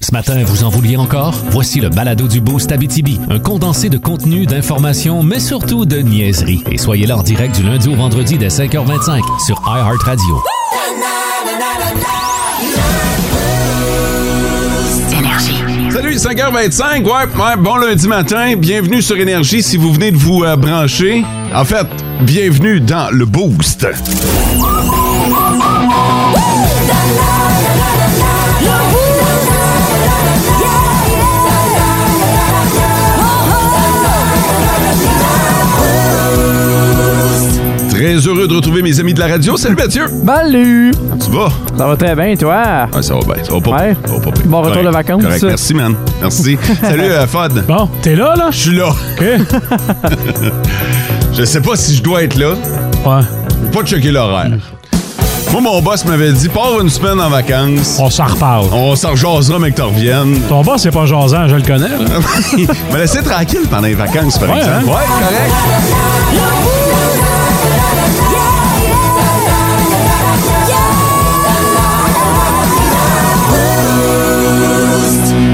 Ce matin, vous en vouliez encore? Voici le balado du Boost Abitibi, un condensé de contenu, d'informations, mais surtout de niaiseries. Et soyez là en direct du lundi au vendredi dès 5h25 sur iHeartRadio. Salut, 5h25, ouais, ouais, bon lundi matin, bienvenue sur Énergie si vous venez de vous euh, brancher. En fait, bienvenue dans le Boost. Très heureux de retrouver mes amis de la radio. Salut Mathieu, Salut! comment tu vas? Ça va très bien, toi? Ouais, ça va bien, ça va pas. Ouais. ça va pas bien. Bon retour Correct, de vacances. correct. Merci, man. Merci. Salut, euh, Fod. Bon, t'es là, là? Je suis là. je sais pas si je dois être là. Ouais. J'ai pas checké l'horaire. Moi, mon boss m'avait dit, pars une semaine en vacances. On s'en reparle. On s'en rejasera, mais que t'en reviennes. Ton boss, c'est pas jasant, je le connais. là. Me laisser tranquille pendant les vacances, par Ouais, exemple. hein? Ouais, correct.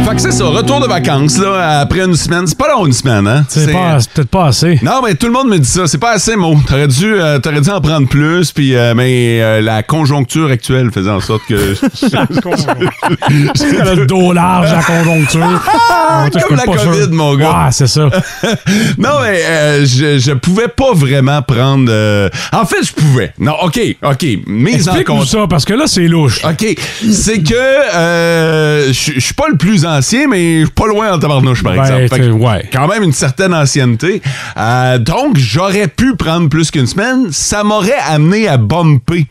Fait que c'est ça, retour de vacances, là, après une semaine. C'est pas long, une semaine, hein? C'est pas- c'est peut-être pas assez. Non, mais tout le monde me dit ça. C'est pas assez, Mo. T'aurais dû, euh, t'aurais dû en prendre plus, puis euh, mais euh, la conjoncture actuelle faisait en sorte que... Elle a le dos large, la conjoncture. Ah, je Comme peux la pas COVID, mon gars. Ouais, c'est ça. non, mais euh, je, je pouvais pas vraiment prendre... euh, En fait, je pouvais. Non, OK, OK. Mise en Ah, Explique-nous compte. ça, parce que là, c'est louche. OK. C'est que euh, je je suis pas le plus ancien, mais je suis pas loin en tabarnouche, par Ben, exemple. Fait que t'es- ouais. Quand même une certaine ancienneté. Euh, donc, j'aurais pu prendre plus qu'une semaine. Ça m'aurait amené à bumper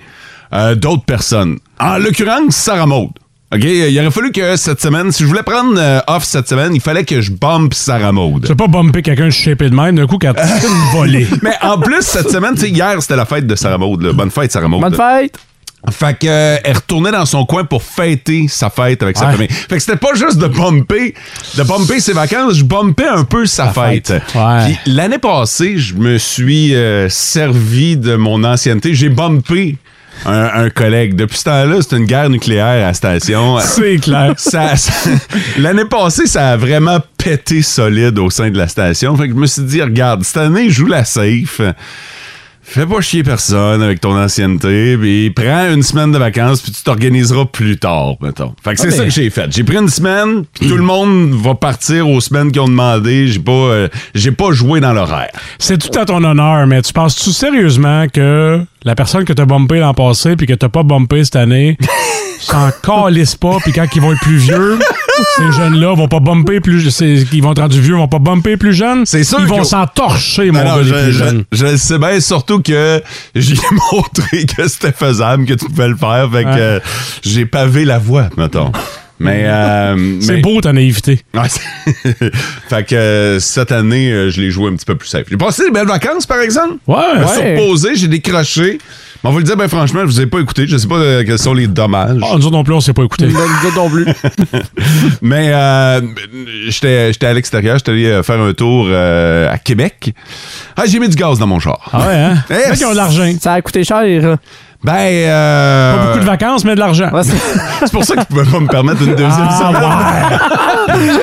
euh, d'autres personnes. En l'occurrence, Sarah Maud. OK? Il aurait fallu que cette semaine, si je voulais prendre euh, off cette semaine, il fallait que je bump Sarah Maud. Tu veux pas bumper quelqu'un de shapé de même, d'un coup, quand tu fais une volée. Mais en plus, cette semaine, tu sais, hier, c'était la fête de Sarah Maud. là. Bonne fête, Sarah Maud. Bonne fête! Fait que euh, elle retournait dans son coin pour fêter sa fête avec sa Ouais. famille. Fait que c'était pas juste de bumper, de bumper ses vacances, je bumpais un peu sa fête. fête. Ouais. Puis l'année passée, je me suis euh, servi de mon ancienneté, j'ai bumpé un, un collègue. Depuis ce temps-là, c'est une guerre nucléaire à la station. C'est clair. Ça- ça- l'année passée, ça a vraiment pété solide au sein de la station. Fait que je me suis dit, regarde, cette année, joue la safe. Fais pas chier personne avec ton ancienneté, puis prends une semaine de vacances, puis tu t'organiseras plus tard, mettons. Fait que c'est Ah, ça mais- que j'ai fait. J'ai pris une semaine, puis tout le monde va partir aux semaines qu'ils ont demandé. J'ai pas, euh, j'ai pas joué dans l'horaire. C'est tout à ton honneur, mais tu penses-tu sérieusement que la personne que t'as bumpé l'an passé puis que t'as pas bumpé cette année s'en calisse pas, puis quand ils vont être plus vieux, ces jeunes-là vont pas bumper plus... c'est- Ils vont être rendus vieux, ils vont pas bumper plus jeunes. C'est sûr Ils qu'ils- vont s'en torcher, mon Non, gars, non, les je, je- plus jeunes. je le sais bien, surtout que j'ai montré que c'était faisable, que tu pouvais le faire, fait que Ouais. euh, j'ai pavé la voie, mettons. Mais, euh, C'est mais- beau ta naïveté. Ouais, c'est- fait que euh, cette année, euh, je l'ai joué un petit peu plus safe. J'ai passé des belles vacances, par exemple. Ouais. Je me Ouais. suis reposé, j'ai décroché. Mais on va le dire, ben franchement, je vous ai pas écouté. Je sais pas euh, quels sont les dommages. Ah, nous autres non plus, on s'est pas écouté. Mais euh, j'étais j'étais à l'extérieur, j'étais allé euh, faire un tour euh, à Québec. Ah, j'ai mis du gaz dans mon char. Ah ouais, hein? Yes. Ceux qui ont de l'argent. Ça a coûté cher. Ben, Pas euh, beaucoup de vacances, mais de l'argent. Ouais, c'est- c'est pour ça qu'ils pouvaient pas me permettre une deuxième semaine. Ah, ouais.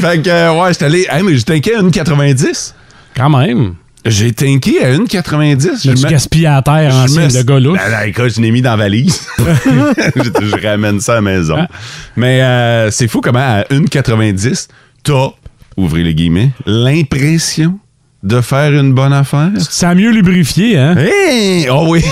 Fait que, euh, ouais, j'étais allé. Hey, mais j'ai tanké à 1,90. Quand même. J'ai tanké à 1,90. Je Tu me- gaspilles à la terre en me- signe de gars louche. Ben, là, écoute, je l'ai mis dans la valise. je, je ramène ça à la maison. Ah. Mais euh, c'est fou comment à 1,90, t'as, ouvrez les guillemets, l'impression de faire une bonne affaire. Ça a mieux lubrifié, hein? Hey! Oh oui!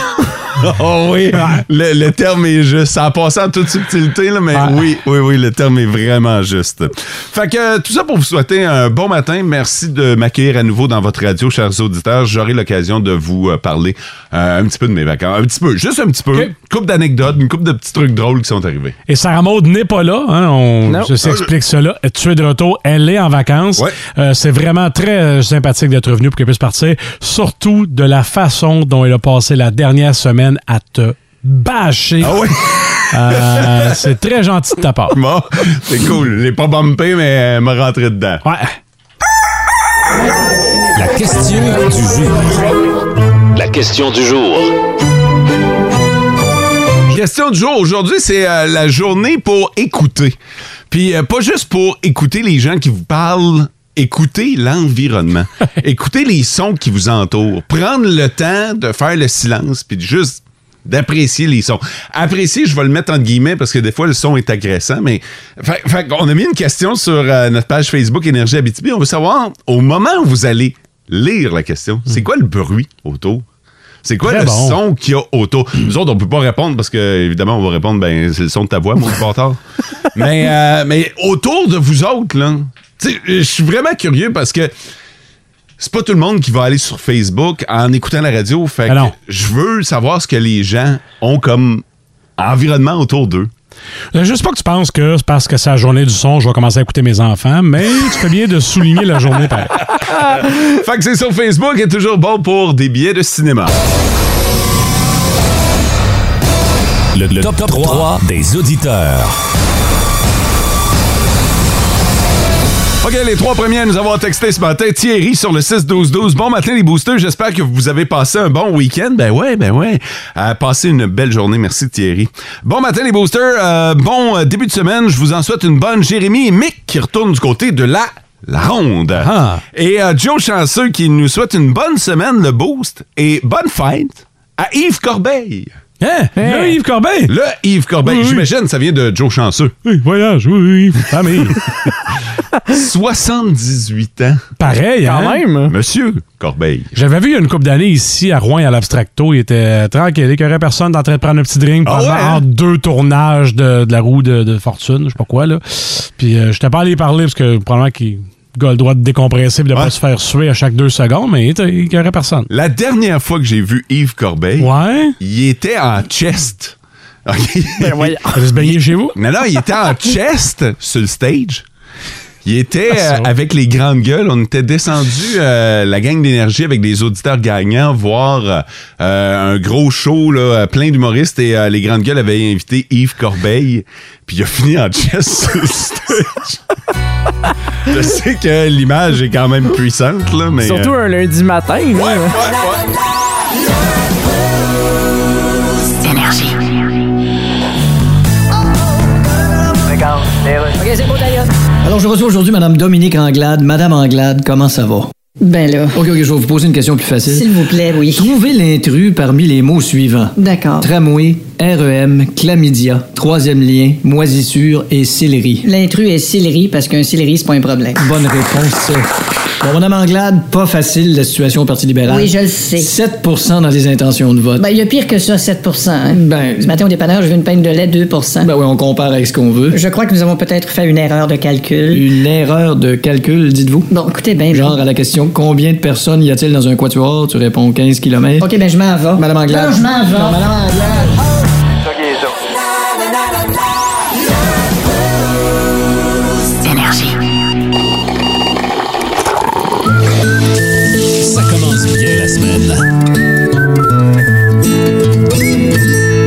oh oui! Le, le terme est juste. Ça a passé en toute subtilité, là, mais Ah. oui, oui, oui, le terme est vraiment juste. Fait que euh, tout ça pour vous souhaiter un bon matin. Merci de m'accueillir à nouveau dans votre radio, chers auditeurs. J'aurai l'occasion de vous euh, parler euh, un petit peu de mes vacances. Un petit peu, juste un petit peu. Ok. Une couple d'anecdotes, une couple de petits trucs drôles qui sont arrivés. Et Sarah Maud n'est pas là. Hein, on Non. je s'explique cela. Tu es de retour. Elle est en vacances. Ouais. Euh, c'est vraiment très euh, sympathique d'être revenu pour qu'elle puisse partir. Surtout de la façon dont elle a passé la dernière semaine à te bâcher. Oh. Ah oui! Euh, c'est très gentil de ta part. Bon, c'est cool. Je l'ai pas bumpé, mais euh, elle m'a rentré dedans. Ouais. La question du jour. La question du jour. question du jour aujourd'hui, c'est euh, la journée pour écouter. Puis euh, pas juste pour écouter les gens qui vous parlent, écouter l'environnement, écouter les sons qui vous entourent, prendre le temps de faire le silence puis de juste d'apprécier les sons. Apprécier, je vais le mettre entre guillemets parce que des fois le son est agressant, mais fait, fait qu'on a mis une question sur euh, notre page Facebook Énergie Abitibi, on veut savoir au moment où vous allez lire la question, c'est quoi le bruit autour c'est quoi Très le bon. son qu'il y a autour? Nous autres, on peut pas répondre parce que, évidemment, on va répondre, ben, c'est le son de ta voix, mon petit bâtard. mais, euh, mais autour de vous autres, là, tu sais, je suis vraiment curieux parce que c'est pas tout le monde qui va aller sur Facebook en écoutant la radio. Fait Ah non. que je veux savoir ce que les gens ont comme environnement autour d'eux. Là, Juste Euh, pas que tu penses que c'est parce que c'est la journée du son, je vais commencer à écouter mes enfants, mais tu fais bien de souligner la journée pareil. Fait que c'est sur Facebook est toujours bon pour des billets de cinéma. Le, le top, 3, des auditeurs. OK, les trois premiers à nous avoir texté ce matin. Thierry sur le 6-12-12. Bon matin, les boosters. J'espère que vous avez passé un bon week-end. Ben ouais, ben ouais. Euh, passez une belle journée. Merci, Thierry. Bon matin, les boosters. Euh, bon euh, début de semaine. Je vous en souhaite une bonne. Jérémy et Mick qui retournent du côté de la, la ronde. Ah. Et euh, Joe Chanceux qui nous souhaite une bonne semaine, le boost. Et bonne fête à Yves Corbeil. Hein? Là, Yves Corbeil! Le Yves Corbeil. Oui, oui. J'imagine, ça vient de Joe Chanceux. Oui, voyage, oui, oui, famille. 78 ans. Pareil, Quand hein? même. Monsieur Corbeil. J'avais vu il y a une couple d'années ici à Rouen à l'Abstracto. Il était tranquille, il écœurait personne en train de prendre un petit drink Ah pendant ouais, hein? deux tournages de, de la roue de, de fortune, je sais pas quoi. là. Puis euh, j'étais pas allé parler parce que probablement qu'il gars a le droit de décompresser et de Ouais. pas se faire suer à chaque deux secondes, mais il était- il écœurait personne. La dernière fois que j'ai vu Yves Corbeil, Ouais? il était en chest. OK? Il allait se baigner chez vous? non, non, il était en chest sur le stage. Il était Ah, ça euh, va. avec les grandes gueules. On était descendu euh, la gang d'énergie avec des auditeurs gagnants voir euh, euh, un gros show là, euh, plein d'humoristes et euh, les grandes gueules avaient invité Yves Corbeil. Puis il a fini en chest sur le stage. Je sais que l'image est quand même puissante là, mais Surtout euh, un lundi matin. là. ouais, ouais, ouais. Alors, je reçois aujourd'hui Madame Dominique Anglade. Madame Anglade, comment ça va? Ben là, OK, OK, je vais vous poser une question plus s'il facile. vous plaît, oui. Trouvez l'intrus parmi les mots suivants. D'accord. Tramway, REM, chlamydia, troisième lien, moisissure et céleri. L'intrus est céleri parce qu'un céleri, c'est pas un problème. Bonne réponse, ça. Bon, Madame Anglade, pas facile la situation au Parti libéral. Oui, je le sais. 7 dans les intentions de vote. Ben, il y a pire que ça, 7 hein. Ben- Ce matin, au dépanneur, je veux une peine de lait, 2 Ben oui, on compare avec ce qu'on veut. Je crois que nous avons peut-être fait une erreur de calcul. Une erreur de calcul, dites-vous. Bon, écoutez ben, bien. Mm. Genre à la question combien de personnes y a-t-il dans un quatuor, tu réponds 15 km. OK, ben, je m'en vais. Madame Anglade. Non, je m'en vais. Non, Madame Anglade. Ça commence bien la semaine.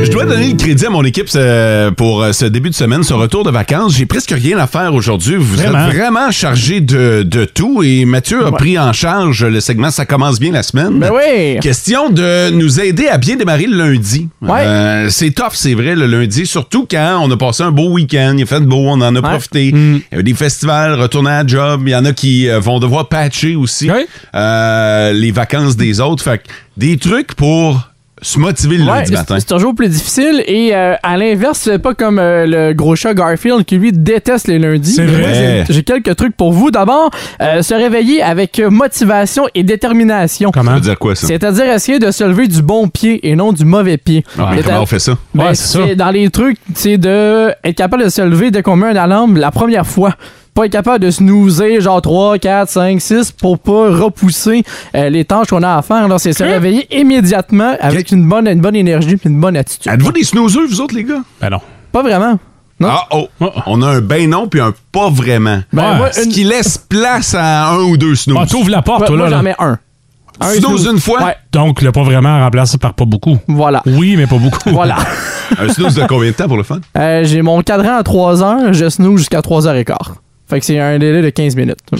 Je dois donner le crédit à mon équipe euh, pour euh, ce début de semaine, ce retour de vacances. J'ai presque rien à faire aujourd'hui. Vous Vraiment? êtes vraiment chargé de, de tout et Mathieu a pris en charge le segment Ça commence bien la semaine. Ben oui. Question de nous aider à bien démarrer le lundi. Ouais. Euh, c'est tough, c'est vrai, le lundi, surtout quand on a passé un beau week-end, il a fait beau, on en a profité. Mm. Il y a eu des festivals, retourner à la job, il y en a qui euh, vont devoir patcher aussi Ouais. euh, les vacances des autres. Fait que des trucs pour se motiver le Ouais, lundi c'est- matin. c'est toujours plus difficile et euh, à l'inverse, c'est pas comme euh, le gros chat Garfield qui lui déteste les lundis. C'est Mais vrai. moi, j'ai- J'ai quelques trucs pour vous. D'abord, euh, se réveiller avec euh, motivation et détermination. Ça Comment? veut dire quoi, ça? C'est-à-dire essayer de se lever du bon pied et non du mauvais pied. Ah, mais C'est-à- comment on fait ça? Ben, Ouais, c'est c'est ça. Dans les trucs, c'est de être capable de se lever dès qu'on met un alarme la première fois. Pas être capable de snoozer genre 3, 4, 5, 6 pour pas repousser euh, les tâches qu'on a à faire. Alors, c'est se Hein? réveiller immédiatement avec une bonne, une bonne énergie et une bonne attitude. Êtes-vous des snoozers, vous autres, les gars? Ben non. Pas vraiment. Non. Ah, oh. Oh. On a un ben non puis un pas vraiment. Ben, Ouais, moi, Ce une- qui laisse place à un ou deux snooze. Ah, t'ouvres la porte, moi, toi, moi, là. j'en là. mets un. Un Snooze snooze. une fois? Ouais, Donc, le pas vraiment remplacé par pas beaucoup. voilà. Oui, mais pas beaucoup. Voilà. un snooze de combien de temps pour le fun? Euh, J'ai mon cadran à 3 heures, je snooze jusqu'à 3 h 15 Fait que c'est un délai de 15 minutes. OK.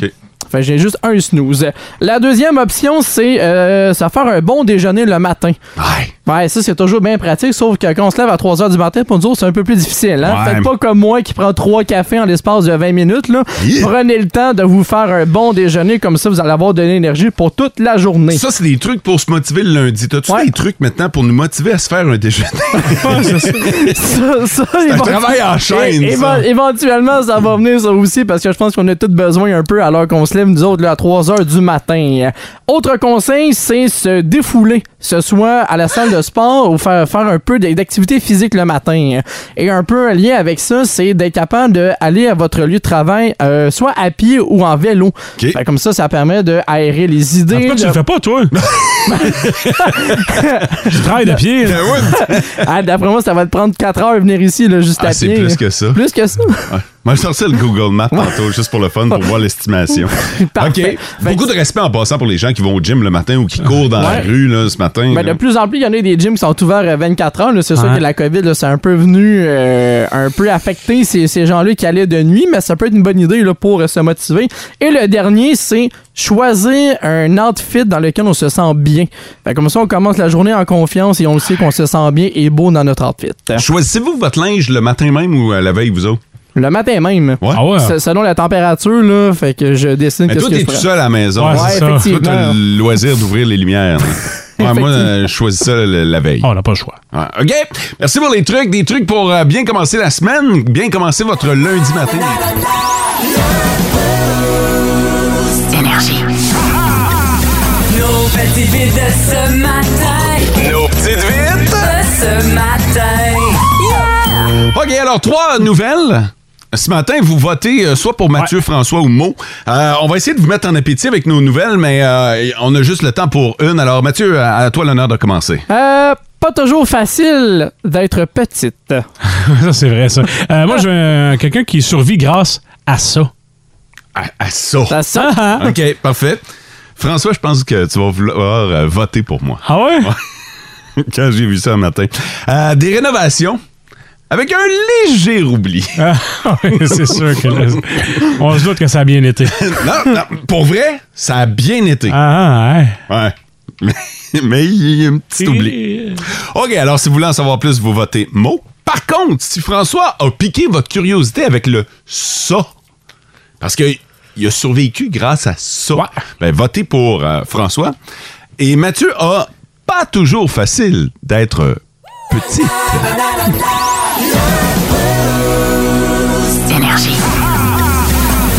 Fait que j'ai juste un snooze. La deuxième option, c'est euh, se faire un bon déjeuner le matin. Ouais. Ouais, ça c'est toujours bien pratique, sauf que quand on se lève à 3h du matin, pour nous autres, c'est un peu plus difficile. Hein? Ouais. Faites pas comme moi qui prend trois cafés en l'espace de 20 minutes. Là. Yeah. Prenez le temps de vous faire un bon déjeuner, comme ça vous allez avoir de l'énergie pour toute la journée. Ça, c'est des trucs pour se motiver le lundi. T'as-tu Ouais. des trucs maintenant pour nous motiver à se faire un déjeuner? ça, ça, un éventu- travail en chaîne, É- éve- ça. Éventuellement, ça va venir ça aussi parce que je pense qu'on a tous besoin un peu alors qu'on se lève nous autres là, à 3 heures du matin. Autre conseil, c'est se défouler, ce soit à la salle de sport ou faire, faire un peu d- d'activité physique le matin. Et un peu lié avec ça, c'est d'être capable d'aller à votre lieu de travail, euh, soit à pied ou en vélo. Fait comme ça, ça permet d'aérer les idées. Pourquoi tu de- le fais pas, toi? Je travaille de pied. Ben là. Ah, D'après moi, ça va te prendre 4 heures de venir ici là, juste Ah, à c'est pied. plus que ça. Plus que ça. Ouais. Moi, je sortais le Google Maps tantôt, juste pour le fun, pour voir l'estimation. Parfait. Fait OK. Beaucoup de respect en passant pour les gens qui vont au gym le matin ou qui courent dans la Ouais. rue là, ce matin. Ben, de là. plus en plus, il y en a des gyms qui sont ouverts à 24 heures. là. C'est sûr Ouais. que la COVID, là, c'est un peu venu euh, un peu affecter ces, ces gens-là qui allaient de nuit, mais ça peut être une bonne idée là, pour euh, se motiver. Et le dernier, c'est choisir un outfit dans lequel on se sent bien. Fait comme ça, on commence la journée en confiance et on le sait qu'on se sent bien et beau dans notre outfit. Choisissez-vous votre linge le matin même ou euh, la veille, vous autres? Le matin même. Ouais. Ah ouais? Se- Selon la température, là, fait que je dessine Mais qu'est-ce toi, que t'es je tout prends. seul à la maison. Ouais, Ouais, c'est ça. Toi, t'as effectivement. le loisir d'ouvrir les lumières. là. Ouais, moi, euh, je choisis ça le- la veille. Ah, on n'a pas le choix. Ouais, OK. Merci pour les trucs. Des trucs pour euh, bien commencer la semaine, bien commencer votre lundi matin. Nos petites vites de ce matin. Nos petites vites. De ce matin. Yeah! OK, alors, trois nouvelles. Ce matin, vous votez euh, soit pour Mathieu, François ou Mo. Euh, on va essayer de vous mettre en appétit avec nos nouvelles, mais euh, on a juste le temps pour une. Alors, Mathieu, à, à toi l'honneur de commencer. Euh, pas toujours facile d'être petite. ça, c'est vrai, ça. Euh, moi, j'ai un- quelqu'un qui survit grâce à ça. À, à ça. Ça Ah, sent. OK, parfait. François, je pense que tu vas vouloir euh, voter pour moi Ah ouais? quand j'ai vu ça un matin. Euh, des rénovations avec un léger oubli. Ah, ouais, c'est sûr que là, on se doute que ça a bien été. non, non, pour vrai, ça a bien été. Ah, ouais. Ouais. Mais- Mais il y a un petit oubli. OK, alors si vous voulez en savoir plus, vous votez mot. Par contre, si François a piqué votre curiosité avec le ça, parce qu'il a survécu grâce à ça, ben, votez pour euh, François. Et Mathieu a pas toujours facile d'être euh, petit.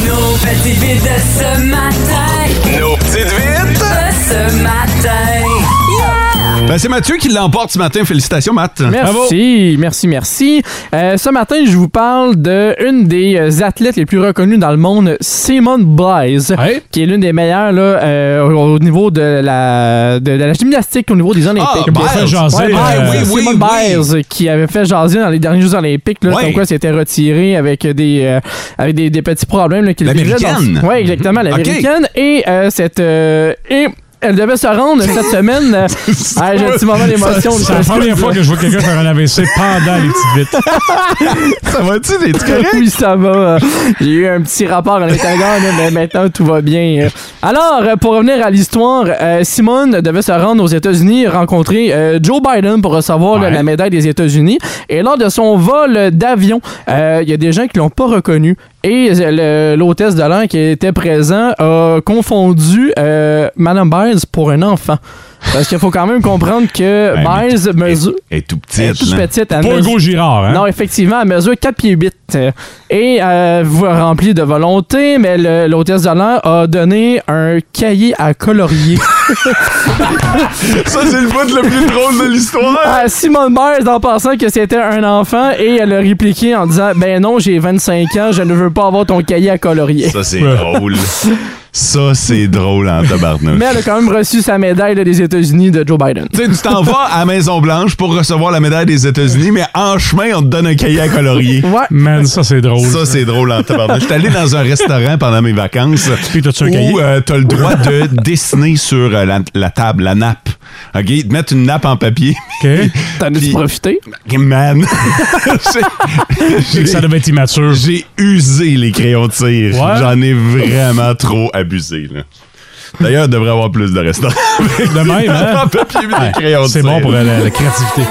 Nos petites vites de ce matin. Nos petites vites! De ce matin. Yeah! Ben, c'est Mathieu qui l'emporte ce matin. Félicitations, Matt. Merci, merci, merci. Euh, ce matin, je vous parle de une des euh, athlètes les plus reconnues dans le monde, Simone Biles, Ouais. qui est l'une des meilleures là, euh, au, au niveau de la, de, de la gymnastique, au niveau des Olympiques. Ah, Biles. fait jaser, Ouais, euh, Biles, oui, oui, Simone oui. Biles, euh, qui avait fait jaser dans les derniers Jeux Olympiques, là, Ouais. comme quoi s'était retiré avec des, euh, avec des, des petits problèmes là, qu'il vivait. L'Américaine. Mm-hmm. Oui, exactement, l'américaine. Et euh, cette. euh, et elle devait se rendre cette semaine. euh, ah, J'ai un petit moment d'émotion. C'est la je- première fois que je vois quelqu'un faire un AVC pendant les petites vites. Ça va-tu? T'es-tu correct? oui, ça va. J'ai eu un petit rapport à l'intérieur, là, mais maintenant tout va bien. Alors, euh, pour revenir à l'histoire, euh, Simone devait se rendre aux États-Unis rencontrer euh, Joe Biden pour recevoir là, Ouais. la médaille des États-Unis. Et lors de son vol d'avion, euh, il y a des gens qui l'ont pas reconnu. Et euh, le- l'hôtesse de l'air qui était présent a confondu euh, Madame Biles pour un enfant. Parce qu'il faut quand même comprendre que Ben, mais Biles mesure. Elle est tout Elle est petite. toute là. petite, elle Pas mesure- Hugo Girard, hein? non, effectivement, elle mesure 4 pieds 8 euh, et euh, vous- remplie de volonté, mais le- l'hôtesse de l'air a donné un cahier à colorier Ça, c'est le bout le plus drôle de l'histoire. à Ah, Simone Biles en pensant que c'était un enfant et elle a répliqué en disant Ben non, j'ai 25 ans, je ne veux pas avoir ton cahier à colorier. Ça, c'est drôle. Ça, c'est drôle en tabarnouche. Mais elle a quand même reçu sa médaille là, des États-Unis de Joe Biden. Tu sais, tu t'en vas à Maison-Blanche pour recevoir la médaille des États-Unis, mais en chemin, on te donne un cahier à colorier. Ouais. Man, ça, c'est drôle. Ça, c'est drôle en tabarnak. J'étais allé dans un restaurant pendant mes vacances Puis t'as-tu un cahier? où euh, t'as le droit de dessiner sur euh, la, la table, la nappe. OK? De mettre une nappe en papier. OK? T'en as-tu Puis- profité? Man! C'est J'ai- que ça devait être immature. J'ai usé les crayons de tir. Ouais. J'en ai vraiment trop abusé. là. D'ailleurs, il devrait y avoir plus de restaurants. avec De même, hein? en papier et des crayons de C'est tir. bon pour euh, la, la créativité.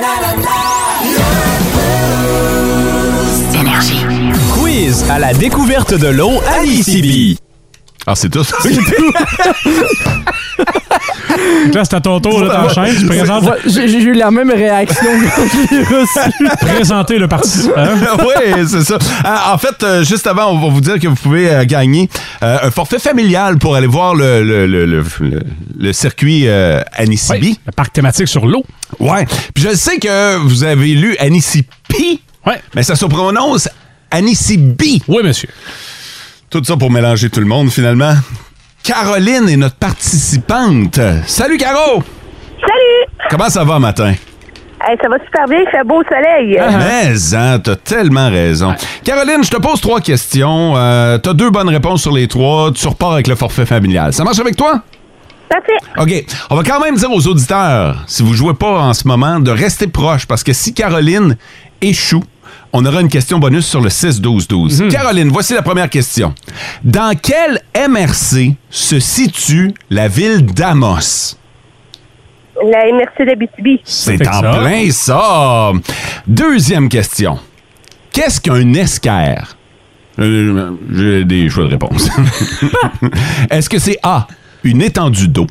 Quiz à la découverte de l'eau à l'ICB. Ah, c'est tout. Donc là, c'est à ton tour, là, t'enchaînes. Tu présentes, Ouais, j'ai j'ai eu la même réaction que j'ai reçue. présenter le participant. oui, c'est ça. Ah, en fait, euh, juste avant, on va vous dire que vous pouvez euh, gagner euh, un forfait familial pour aller voir le, le, le, le, le- le circuit euh, Anisibi. Oui, le parc thématique sur l'eau. Ouais. Puis je sais que vous avez lu Anisipi, Ouais. mais ça se prononce Anisibi. Oui, monsieur. Tout ça pour mélanger tout le monde finalement. Caroline est notre participante. Salut Caro! Salut! Comment ça va matin? Hey, ça va super bien, il fait beau soleil. Mais hein, t'as tellement raison. Caroline, je te pose trois questions. Euh, t'as deux bonnes réponses sur les trois. Tu repars avec le forfait familial. Ça marche avec toi? Parfait. OK. On va quand même dire aux auditeurs, si vous jouez pas en ce moment, de rester proche parce que si Caroline échoue, on aura une question bonus sur le 6-12-12. Caroline, voici la première question. Dans quel MRC se situe la ville d'Amos? La MRC d'Abitibi. C'est fait en ça. plein ça. Deuxième question. Qu'est-ce qu'un esquerre? Euh, J'ai des choix de réponse. Est-ce que c'est A, une étendue d'eau?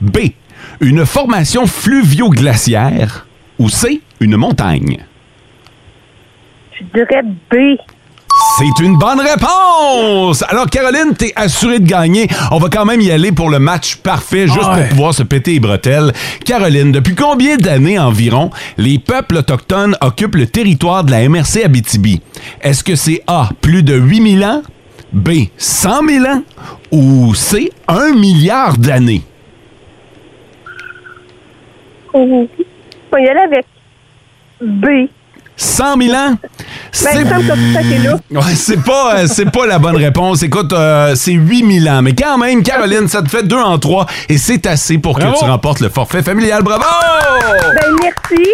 B, une formation fluvio-glaciaire? Ou C, une montagne? Je dirais B. C'est une bonne réponse! Alors, Caroline, t'es assurée de gagner. On va quand même y aller pour le match parfait, juste Ouais. pour pouvoir se péter les bretelles. Caroline, depuis combien d'années environ les peuples autochtones occupent le territoire de la MRC Abitibi? Est-ce que c'est A, plus de 8000 ans? B, 100 000 ans? Ou C, 1 milliard d'années? Oh. On va y aller avec B. 100 000 ans? Ben, il C'est- me semble que c'est ça qui est là. Ouais, c'est pas, euh, c'est pas la bonne réponse. Écoute, euh, c'est 8000 ans. Mais quand même, Caroline, ça te fait 2 en 3 et c'est assez pour que Bravo. tu remportes le forfait familial. Bravo! Ben, merci.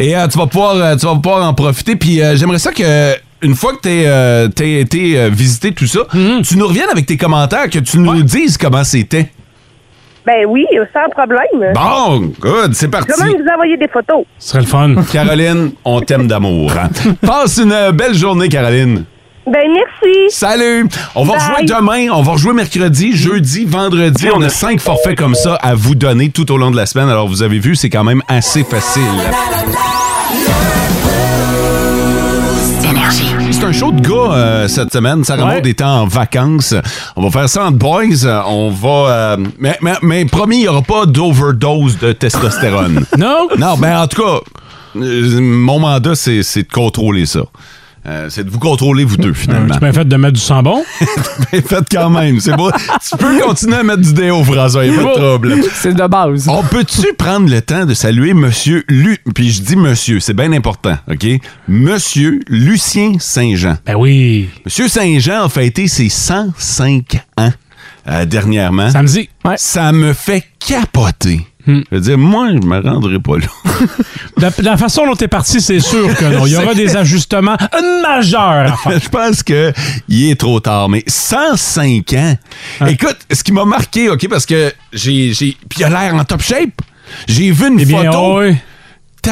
Et euh, tu, vas pouvoir, euh, tu vas pouvoir en profiter. Puis euh, j'aimerais ça que. Une fois que t'es, euh, t'es été euh, visité tout ça, tu nous reviennes avec tes commentaires, que tu nous dises comment c'était. Ben oui, sans problème. Bon, good, c'est parti. Je vais même vous envoyer des photos. Ce serait le fun. Caroline, on t'aime d'amour. hein. Passe une euh, belle journée, Caroline. Ben merci. Salut! On va Bye. rejouer demain, on va rejouer mercredi, jeudi, vendredi. On a cinq forfaits comme ça à vous donner tout au long de la semaine. Alors, vous avez vu, c'est quand même assez facile. C'est un show de gars euh, cette semaine. Sarah Ouais. Maud est en vacances. On va faire ça en boys. On va. euh, mais, mais- mais promis, il n'y aura pas d'overdose de testostérone. Non? Non, ben en tout cas, euh, mon mandat, c'est c'est de contrôler ça. Euh, c'est de vous contrôler, vous deux, finalement. Tu m'as fait de mettre du sang bon. Mais faites quand même, c'est beau. Tu peux continuer à mettre du déo, François, il a pas de trouble. C'est de base. On peut-tu prendre le temps de saluer Monsieur Lu... Puis je dis Monsieur, c'est bien important, OK? Monsieur Lucien Saint-Jean. Ben oui. Monsieur Saint-Jean a fêté ses 105 ans euh, dernièrement. Samedi. Ouais. Ça me fait capoter. Je veux dire, moi, je me rendrai pas là. De la, de la façon dont t'es parti, c'est sûr que non. Il y aura des ajustements majeurs à faire. je pense que il est trop tard, mais 105 ans. Hein? Écoute, ce qui m'a marqué, OK, parce que j'ai. j'ai- Puis il a l'air en top shape. J'ai vu une Eh bien, photo. oui.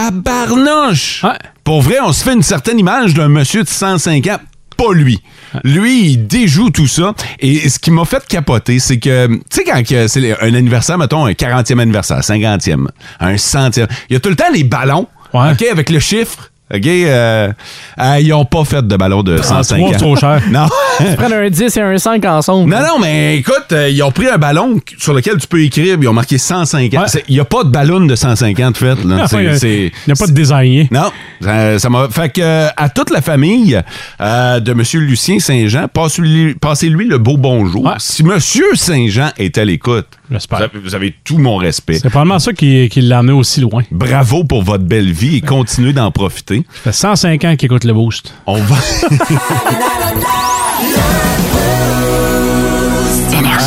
Tabarnouche! Ouais. Pour vrai, on se fait une certaine image d'un monsieur de 105 ans. Pas lui. Lui, il déjoue tout ça. Et ce qui m'a fait capoter, c'est que, tu sais, quand que c'est les- un anniversaire, mettons, un 40e anniversaire, 50e, un 100e, il y a tout le temps les ballons, Ouais. OK, avec le chiffre. OK, euh, euh, ils ont pas fait de ballon de 105 Ah, trois, ans. c'est trop cher. Non. Prendre un 10 et un 5 ensemble. Non, non, mais écoute, euh, ils ont pris un ballon sur lequel tu peux écrire, puis ils ont marqué 150. Ouais. C'est- Il n'y a pas de ballon de 150 fait. Là. Enfin, C'est- il y a- c'est- il n'y a pas de désigné. non, ça ça m'a fait que euh, à toute la famille euh, de Monsieur Lucien Saint-Jean, passe-lui- passez-lui le beau bonjour. Ouais. Si Monsieur Saint-Jean est à l'écoute, Vous avez, vous avez tout mon respect. C'est probablement ça qui, qui l'en est aussi loin. Bravo pour votre belle vie et continuez d'en profiter. Ça fait 105 ans qu'il écoute le boost. On va.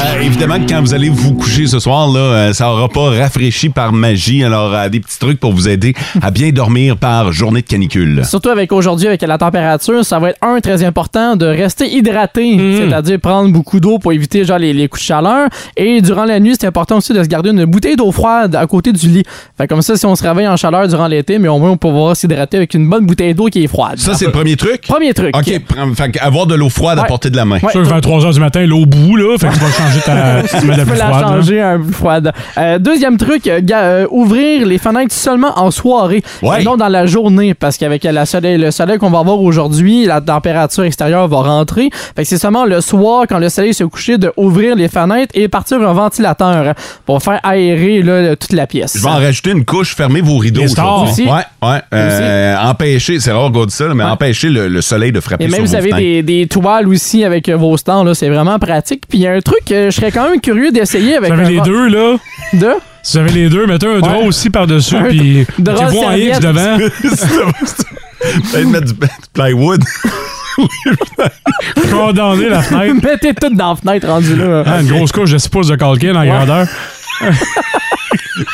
Euh, évidemment que quand vous allez vous coucher ce soir, là, euh, ça aura pas rafraîchi par magie. Alors, euh, des petits trucs pour vous aider à bien dormir par journée de canicule. Surtout avec aujourd'hui, avec la température, ça va être un très important de rester hydraté, Mhm. c'est-à-dire prendre beaucoup d'eau pour éviter genre les, les coups de chaleur. Et durant la nuit, c'est important aussi de se garder une bouteille d'eau froide à côté du lit. Fait comme ça, si on se réveille en chaleur durant l'été, mais au moins on peut pouvoir s'hydrater avec une bonne bouteille d'eau qui est froide. Ça, Ah, c'est le premier truc? Premier truc. OK. prends- fait que avoir de l'eau froide à Ouais. portée de la main. Ouais. Sûr que 23 h du matin, l'eau bout, là. Fait que tu vas changer ta. tu te mets de la Tu peux plus la froide, là. changer un plus froide. Euh, deuxième truc, euh, ga- euh, ouvrir les fenêtres seulement en soirée, Ouais. et non dans la journée, parce qu'avec la soleil, le soleil qu'on va avoir aujourd'hui, la température extérieure va rentrer. Fait que c'est seulement le soir, quand le soleil se couche, de ouvrir les fenêtres et partir un ventilateur hein, pour faire aérer là, le- toute la pièce. Je vais en rajouter une couche, fermez vos rideaux. Les stars. aujourd'hui. Aussi. Ouais, ouais. Euh, empêcher, c'est rare qu'on dise ça, là, mais empêcher le, le soleil de frapper Et sur même vous vos avez fenêtres. des, des toiles aussi avec euh, vos stands, là, c'est vraiment pratique. Puis il y a un truc que je serais quand même curieux d'essayer avec Si vous avez un les va- deux, là. Deux? Si vous avez les deux, mettez un drap aussi par-dessus, Un puis tu drap vois un X serviette. devant. Peut-être mettre du, du plywood. Condamner la fenêtre. Mettez tout dans la fenêtre rendu là. Ah, une grosse couche, je suppose, de Calkin en grandeur.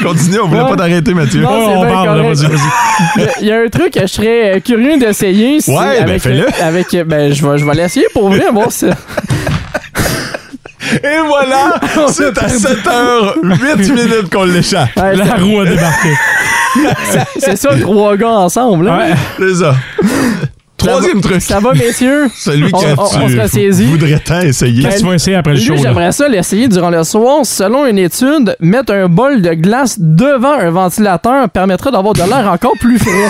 Continue, on voulait Ouais. pas t'arrêter, Mathieu. Non, c'est Oh, on bien parle, là, correct. vas-y, vas-y. Il y a un truc que je serais euh, curieux d'essayer. si- Ouais, ben, avec, fais-le. Avec, euh, ben, je vais, je vais l'essayer pour vrai. Bon, c'est- Et voilà, c'est à 7h08 minutes qu'on l'échappe. ouais, La roue a débarqué. Ah, c'est- c'est ça, trois gars ensemble. là. Ouais. C'est ça. Troisième truc, Ça va, messieurs? celui On- que on- on se tu ressaisit. voudrais tant essayer. Qu'est-ce que tu vas essayer après le show, Lui, là? j'aimerais ça l'essayer durant le soir. Selon une étude, mettre un bol de glace devant un ventilateur permettra d'avoir de l'air encore plus frais.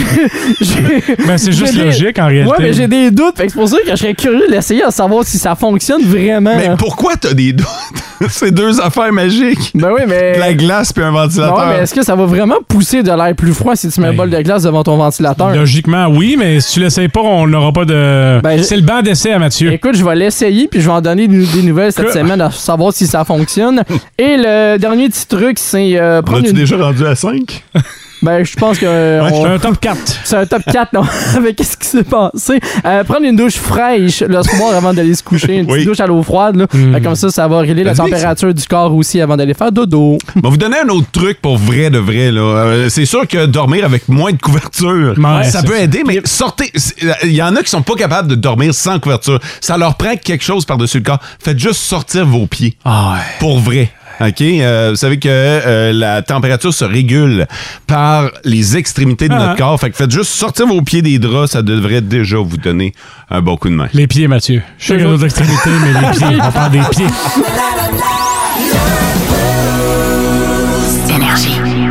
J'ai- Ben, c'est juste j'ai des- logique, en réalité. Ouais, mais j'ai des doutes. Fait que c'est pour ça que je serais curieux de l'essayer à savoir si ça fonctionne vraiment. Mais pourquoi t'as des doutes? C'est deux affaires magiques. Ben oui, mais. De la glace puis un Non, ventilateur. mais est-ce que ça va vraiment pousser de l'air plus froid si tu mets un Ben. bol de glace devant ton ventilateur? Logiquement, oui, mais si tu l'essayes pas, on n'aura pas de. Ben, je- C'est le banc d'essai à Mathieu. Écoute, je vais l'essayer puis je vais en donner des des nouvelles cette Que- semaine à savoir si ça fonctionne. Et le dernier petit truc, c'est euh, On prendre as-tu une... déjà rendu à 5? Ben, je pense que euh, on- C'est un top 4. c'est un top 4 non? avec ce qui s'est passé. Euh, prendre une douche fraîche le soir avant d'aller se coucher, une petite Oui. Hmm. douche à l'eau froide. là. Fait comme ça, ça va régler la Vas-y. température du corps aussi avant d'aller faire dodo. Je vais vous donner un autre truc pour vrai de vrai. là. Euh, c'est sûr que dormir avec moins de couverture, Ouais, ça c'est peut ça. aider, mais sortez. c'est- euh, Il y en a qui sont pas capables de dormir sans couverture. Ça leur prend quelque chose par-dessus le corps. Faites juste sortir vos pieds. Ah ouais. Pour vrai. OK? Euh, vous savez que euh, la température se régule par les extrémités de Ah. notre corps. Fait que faites juste sortir vos pieds des draps. Ça devrait déjà vous donner un bon coup de main. Les pieds, Mathieu. Je sais qu'il y a d'autres extrémités, mais les pieds, on parle des pieds.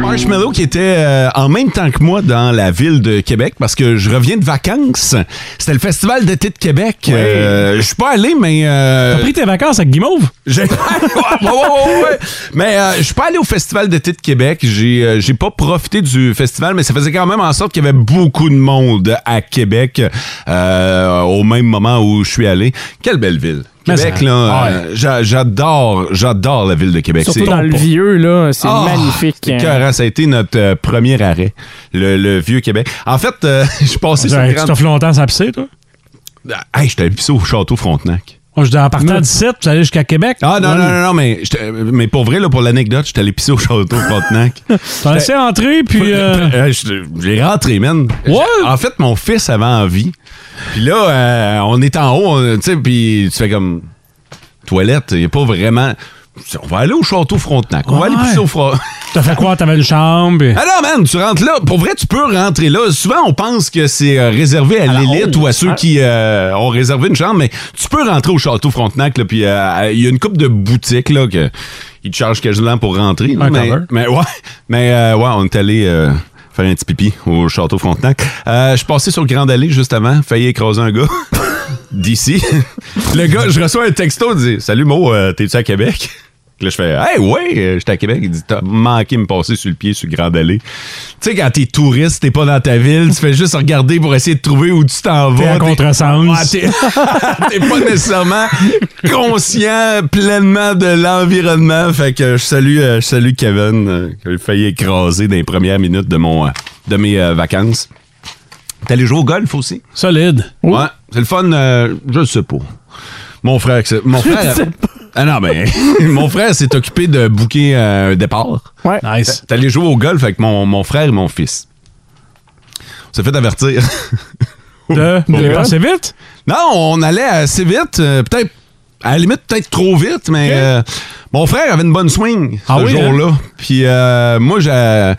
Marshmallow qui était euh, en même temps que moi dans la ville de Québec parce que je reviens de vacances. C'était le festival d'été de Québec. Euh, je suis pas allé, mais euh, T'as pris tes vacances avec Guimauve? j'ai- Ouais, ouais, ouais, ouais. Mais euh, je suis pas allé au festival d'été de Québec. J'ai euh, j'ai pas profité du festival, mais ça faisait quand même en sorte qu'il y avait beaucoup de monde à Québec euh, au même moment où je suis allé. Quelle belle ville. Mais Québec, ça- Ah là, Ouais. euh, j'a- j'adore, j'adore la ville de Québec. Surtout C'est- dans le vieux, là, c'est ah, magnifique. c'est hein. écœurant. Ça a été notre euh, premier arrêt, le, le vieux Québec. En fait, euh, je passais sur Ben, Tu une t'offres grande... longtemps sans pisser, toi? Hey, j'étais pissé au Château Frontenac. Moi, je dis en partant d'ici, tu allais jusqu'à Québec. Ah non, non, non, non, mais, j'étais- mais pour vrai, là, pour l'anecdote, j'étais allé pisser au Château Frontenac. T'as laissé Ben, entrer, puis. euh, Euh, j'étais- J'ai rentré, man. Ouais. En fait, mon fils avait envie. Puis là, euh, on est en haut, on- tu sais, puis tu fais comme... Toilette, il n'y a pas vraiment... On va aller au Château Frontenac. On va Ouais. aller pisser au Frontenac. T'as fait quoi? T'avais une chambre? puis- Ah non, man, tu rentres là. Pour vrai, tu peux rentrer là. Souvent, on pense que c'est euh, réservé à, l'élite ou à ceux qui euh, ont réservé une chambre, mais tu peux rentrer au Château Frontenac, là, puis euh, il y a une coupe de boutiques, là, que ils te chargent quasiment pour rentrer. là, Un mais, cover. mais ouais, mais euh, ouais, on est allé euh, faire un petit pipi au Château Frontenac. Euh, je passais sur Grande Allée juste avant, failli écraser un gars. D'ici. Le gars, je reçois un texto, il dit Salut Mo, euh, t'es-tu à Québec? Là, je fais Hey, ouais, euh, j'étais à Québec. Il dit T'as manqué me passer sur le pied sur Grande Allée. Tu sais, quand t'es touriste, t'es pas dans ta ville, tu fais juste regarder pour essayer de trouver où tu t'en vas. à contresens. Ouais, Ah, t'es- t'es pas nécessairement conscient pleinement de l'environnement. Fait que je salue, euh, je salue Kevin, euh, qui a failli écraser dans les premières minutes de, mon, euh, de mes euh, vacances. T'es allé jouer au golf aussi? Solide. Ouais, c'est le fun, euh, je le sais pas. Mon frère, c'est- mon Je frère. sais Ah non, mais mon frère s'est occupé de booker euh, un départ. Ouais. Nice. T'es- T'es allé jouer au golf avec mon, mon frère et mon fils. On s'est fait avertir. De, de Ouais. passer vite? Non, on allait assez vite, euh, peut-être, à la limite, peut-être trop vite, mais euh, mon frère avait une bonne swing Ah ce oui, jour-là. Puis euh, moi, j'ai.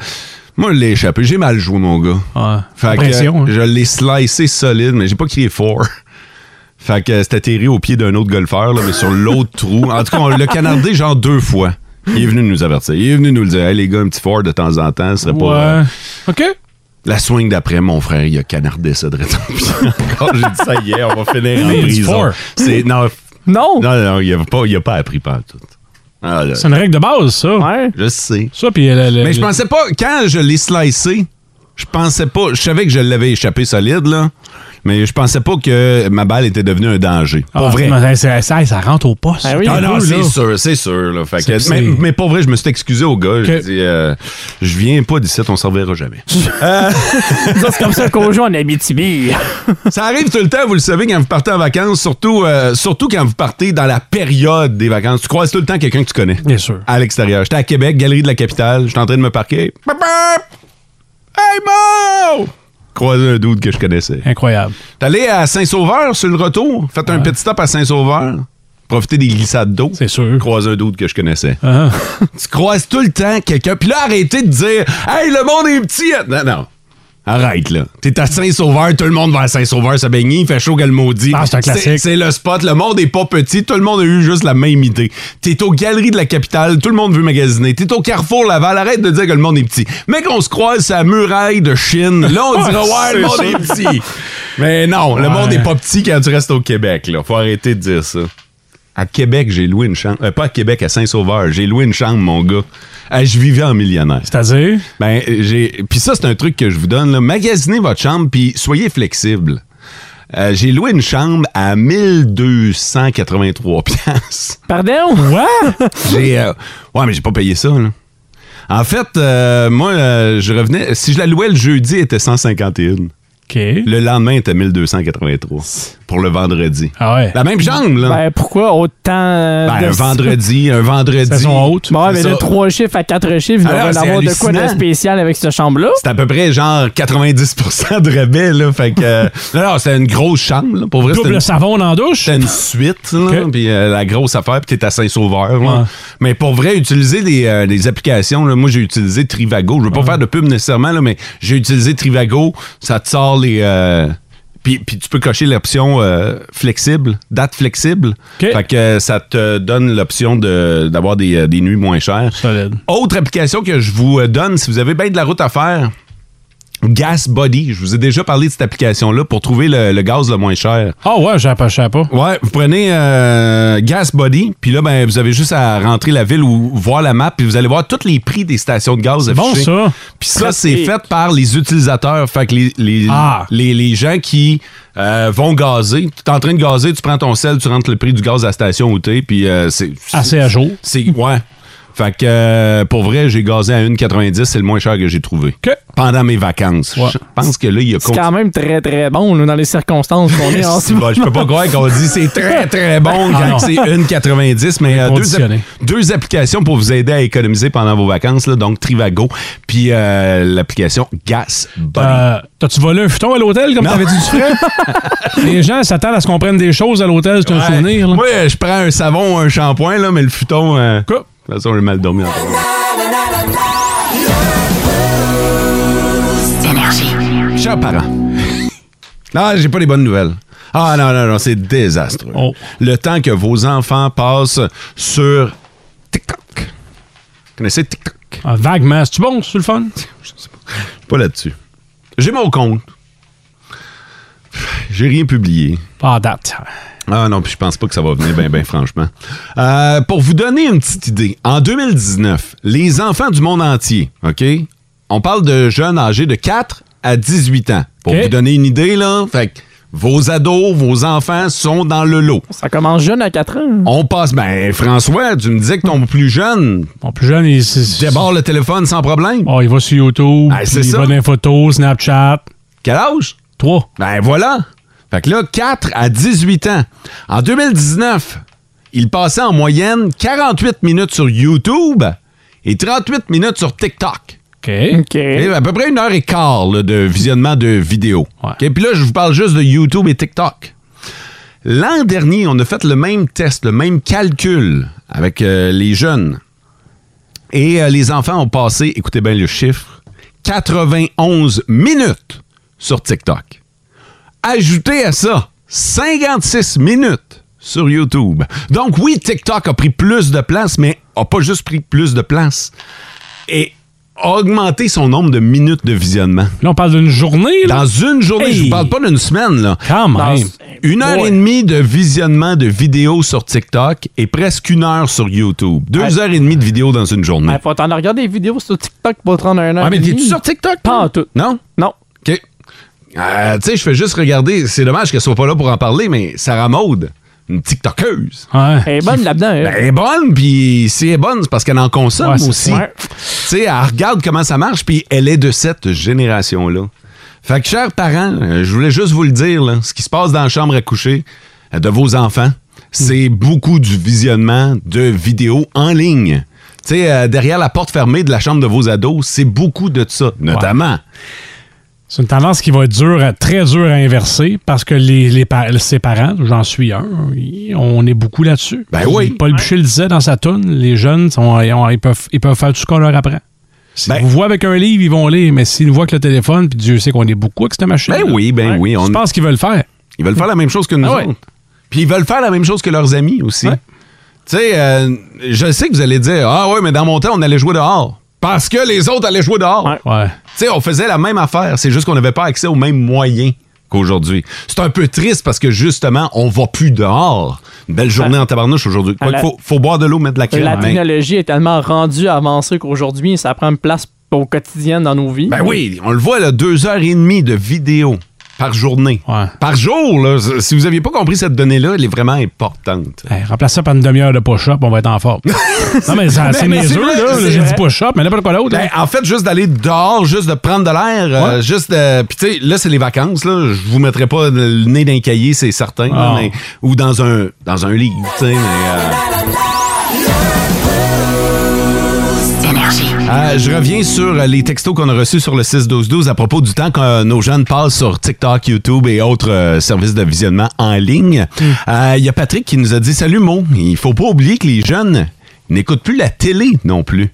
Moi, je l'ai échappé. J'ai mal joué, mon gars. Ah, Fait que, Impression, hein. Je l'ai slicé solide, mais j'ai pas crié fort. Fait que c'était atterri au pied d'un autre golfeur, là, mais sur l'autre trou. En tout cas, on l'a canardé genre deux fois. Il est venu nous avertir. Il est venu nous le dire. Hey, les gars, un petit fort de temps en temps, ce serait pas. euh, Ouais. OK. la swing d'après, mon frère, il a canardé ça de retour. Puis encore, j'ai dit ça y est, on va finir en Mais du prison. fort. C'est, non, Non! non, non, il n'a pas, il a pas appris pas tout. Ah, C'est une règle de base, ça. Ouais. je sais. Mm. Ça, puis le- le- Mais je le- pensais pas, quand je l'ai slicé, je pensais pas, je savais que je l'avais échappé solide, là, mais je pensais pas que ma balle était devenue un danger. Pour Ah, vrai. mais ça, ça, ça rentre au poste. Ah oui. Ah non, Là. c'est sûr, c'est sûr. Là. Fait que- C'est- mais, c'est- mais pour vrai, je me suis excusé au gars. J'ai Que- dit, euh, je viens pas d'ici, on s'en reverra jamais. Ça, c'est comme ça qu'on joue en Abitibi. Ça arrive tout le temps, vous le savez, quand vous partez en vacances, surtout, euh, surtout quand vous partez dans la période des vacances. Tu croises tout le temps quelqu'un que tu connais. Bien sûr. À l'extérieur. J'étais à Québec, galerie de la capitale. J'étais en train de me parquer. Bip, bip! Hey, Mo! Croisé un dude que je connaissais. Incroyable. T'es allé à Saint-Sauveur sur le retour? Faites un petit stop à Saint-Sauveur. Profiter des glissades d'eau. C'est sûr. Croisé un dude que je connaissais. Ah. Tu croises tout le temps quelqu'un. Puis là, arrêtez de dire Hey, le monde est petit! Non, non. Arrête, là. T'es à Saint-Sauveur, tout le monde va à Saint-Sauveur se baigner, il fait chaud que le maudit. Ah, c'est un classique. C'est le spot, le monde est pas petit, tout le monde a eu juste la même idée. T'es aux galeries de la capitale, tout le monde veut magasiner. T'es au Carrefour Laval, arrête de dire que le monde est petit. Mais qu'on se croise à la muraille de Chine, là, on dira Ouais, le monde C'est est petit. Mais non, le Ouais. monde est pas petit quand tu restes au Québec, là. Faut arrêter de dire ça. À Québec, j'ai loué une chambre. Euh, pas à Québec, à Saint-Sauveur. J'ai loué une chambre, mon gars. Ah, je vivais en millionnaire. C'est-à-dire? Ben, j'ai. Puis ça, c'est un truc que je vous donne. Là. Magasinez votre chambre, puis soyez flexible. Euh, j'ai loué une chambre à 1283 piastres. Pardon? Ouais? J'ai. euh, Ouais, mais j'ai pas payé ça, là. En fait, euh, moi, euh, je revenais. Si je la louais le jeudi, elle était 151. OK. Le lendemain, elle était 1283 pour le vendredi. Ah ouais. La même chambre, là. Ben, pourquoi autant. euh, Hein? Ben, de- un vendredi, un vendredi. Saison haute. Bon, ouais, C'est mais ça. de trois chiffres à quatre chiffres, il Alors, devrait c'est avoir de quoi de hallucinant. spécial avec cette chambre-là. C'est à peu près genre 90% de rabais, là. Fait que. euh, non, non, c'était une grosse chambre, là. Pour vrai, c'était Double une, savon dans la douche? c'était une suite, là. Ok. Puis euh, la grosse affaire, puis t'es à Saint-Sauveur, là. Ouais. Mais pour vrai, utiliser des, euh, des applications, là. Moi, j'ai utilisé Trivago. Je veux pas faire de pub nécessairement, là, mais j'ai utilisé Trivago. Ça te sort les. euh, puis, puis tu peux cocher l'option euh, flexible, date flexible. Ok. Fait que euh, ça te donne l'option de- d'avoir des, euh, des nuits moins chères. Solide. Autre application que je vous euh, donne si vous avez bien de la route à faire, Gas Body. Je vous ai déjà parlé de cette application-là pour trouver le, le gaz le moins cher. Ah ouais, je pas, je savais pas. Ouais, vous prenez euh, Gas Body, puis là, ben, vous avez juste à rentrer la ville ou voir la map, puis vous allez voir tous les prix des stations de gaz bon, affichées. ça. Puis ça, c'est fait par les utilisateurs. Fait que les, les, Ah. les, les gens qui euh, vont gazer, tu es en train de gazer, tu prends ton sel, tu rentres le prix du gaz à la station où t'es, puis euh, c'est... Assez à jour. C'est ouais. Fait que euh, pour vrai, j'ai gazé à 1,90, c'est le moins cher que j'ai trouvé. Que? Pendant mes vacances. Ouais. Je pense que là, il y a C'est conti- quand même très, très bon, là, dans les circonstances qu'on est en ce C'est moment. bon, je peux pas croire qu'on dit c'est très très bon Ah quand non. c'est 1,90, mais euh, deux, Conditionné. app- deux applications pour vous aider à économiser pendant vos vacances, là, donc Trivago, puis euh, l'application Gas Buddy. Euh, T'as-tu volé un futon à l'hôtel comme Non. t'avais dit tu ferais? Les gens s'attendent à ce qu'on prenne des choses à l'hôtel, c'est un Ouais. souvenir. Là. Moi, euh, je prends un savon ou un shampoing, là, mais le futon. euh, de Quoi? toute façon, j'ai mal dormi encore. Chers parents, non, j'ai pas les bonnes nouvelles. Ah non, non, non, c'est désastreux. Oh. Le temps que vos enfants passent sur TikTok. Vous connaissez TikTok? Ah, vaguement, c'est-tu bon, c'est le fun? Je suis Pas là-dessus. J'ai mon compte. J'ai rien publié. Pas en date. Ah non, puis je pense pas que ça va venir, ben, ben, franchement. Euh, pour vous donner une petite idée, en 2019, les enfants du monde entier, OK? On parle de jeunes âgés de 4 à 18 ans. Pour OK. vous donner une idée, là, fait que vos ados, vos enfants sont dans le lot. Ça commence jeune à 4 ans. On passe, ben, François, tu me disais que ton plus jeune. Mon plus jeune, il. Débarre le téléphone sans problème. Oh, il va sur YouTube, Ah, c'est puis il ça. va dans les photos, Snapchat. Quel âge? 3. Ben voilà. Fait que là, 4 à 18 ans. En 2019, il passait en moyenne 48 minutes sur YouTube et 38 minutes sur TikTok. OK. OK. Et à peu près une heure et quart là, de visionnement de vidéos. OK, Puis là, je vous parle juste de YouTube et TikTok. L'an dernier, on a fait le même test, le même calcul avec euh, les jeunes. Et euh, les enfants ont passé, écoutez bien le chiffre, 91 minutes sur TikTok. Ajoutez à ça 56 minutes sur YouTube. Donc oui, TikTok a pris plus de place, mais a pas juste pris plus de place. Et a augmenté son nombre de minutes de visionnement. Là, on parle d'une journée, là. Dans une journée, je vous parle pas d'une semaine, là. Quand Dans- même. Une heure Ouais. et demie de visionnement de vidéos sur TikTok et presque une heure sur YouTube. Deux Ouais. heures et demie de vidéos dans une journée. Ben, faut t'en regarder des vidéos sur TikTok pour te rendre à un an. Ah, mais et t'es-tu demi. sur TikTok? mm. Pas en toi? tout. Non? Non. OK. Euh, tu sais, je fais juste regarder. C'est dommage qu'elle soit pas là pour en parler, mais Sarah Maud, une TikTokeuse. Ouais. Elle est bonne là-dedans. elle. Ben, elle est bonne, puis si elle est bonne, c'est parce qu'elle en consomme Ouais, c'est aussi. Ouais. Tu sais, elle regarde comment ça marche, puis elle est de cette génération-là. Fait que, chers parents, euh, je voulais juste vous le dire, là, ce qui se passe dans la chambre à coucher euh, de vos enfants, c'est Hmm. beaucoup du visionnement de vidéos en ligne. Tu sais, euh, derrière la porte fermée de la chambre de vos ados, c'est beaucoup de ça, notamment. C'est une tendance qui va être dure, à- très dure à inverser parce que les, les par- ses parents, j'en suis un, ils- on est beaucoup là-dessus. Ben oui. Paul Boucher le disait dans sa toune, les jeunes, sont- ils, ont- ils peuvent, ils peuvent faire tout ce qu'on leur apprend. S'ils Ben- vous voient avec un livre, ils vont lire, mais s'ils nous voient avec le téléphone, puis Dieu sait qu'on est beaucoup avec cette machine. Ben oui, ben oui, on- Je pense qu'ils veulent faire. Ils veulent faire la même chose que nous Ah ouais. autres. Puis ils veulent faire la même chose que leurs amis aussi. Ouais. Tu sais, euh, je sais que vous allez dire Ah ouais, mais dans mon temps, on allait jouer dehors. Parce que les autres allaient jouer dehors. Ouais. Ouais. Tu sais, on faisait la même affaire, c'est juste qu'on n'avait pas accès aux mêmes moyens qu'aujourd'hui. C'est un peu triste parce que justement, on va plus dehors. Une belle journée en tabarnouche aujourd'hui. Quoi la- qu'il faut, faut boire de l'eau, mettre de la crème. La mais- technologie est tellement rendue avancée qu'aujourd'hui, ça prend une place au quotidien dans nos vies. Ben oui, on le voit, là, deux heures et demie de vidéo par journée. Ouais. Par jour, là, si vous aviez pas compris cette donnée-là, elle est vraiment importante. Hey, Ben, remplace ça par une demi-heure de push-up, on va être en forme. non, mais ça- c'est Ben, mais c'est mes vrai, là. c'est J'ai vrai. dit push-up, mais n'importe quoi d'autre. Ben, hein. en fait, juste d'aller dehors, juste de prendre de l'air, euh, juste de. Puis, tu sais, là, c'est les vacances, là. Je vous mettrai pas le nez d'un cahier, c'est certain, là, Ah. mais- ou dans un, dans un livre, tu sais, mais. euh, euh, je reviens sur euh, les textos qu'on a reçus sur le 6-12-12 à propos du temps que euh, nos jeunes passent sur TikTok, YouTube et autres euh, services de visionnement en ligne. Mm. Euh, Il y a Patrick qui nous a dit Salut, Mo. Il faut pas oublier que les jeunes n'écoutent plus la télé non plus.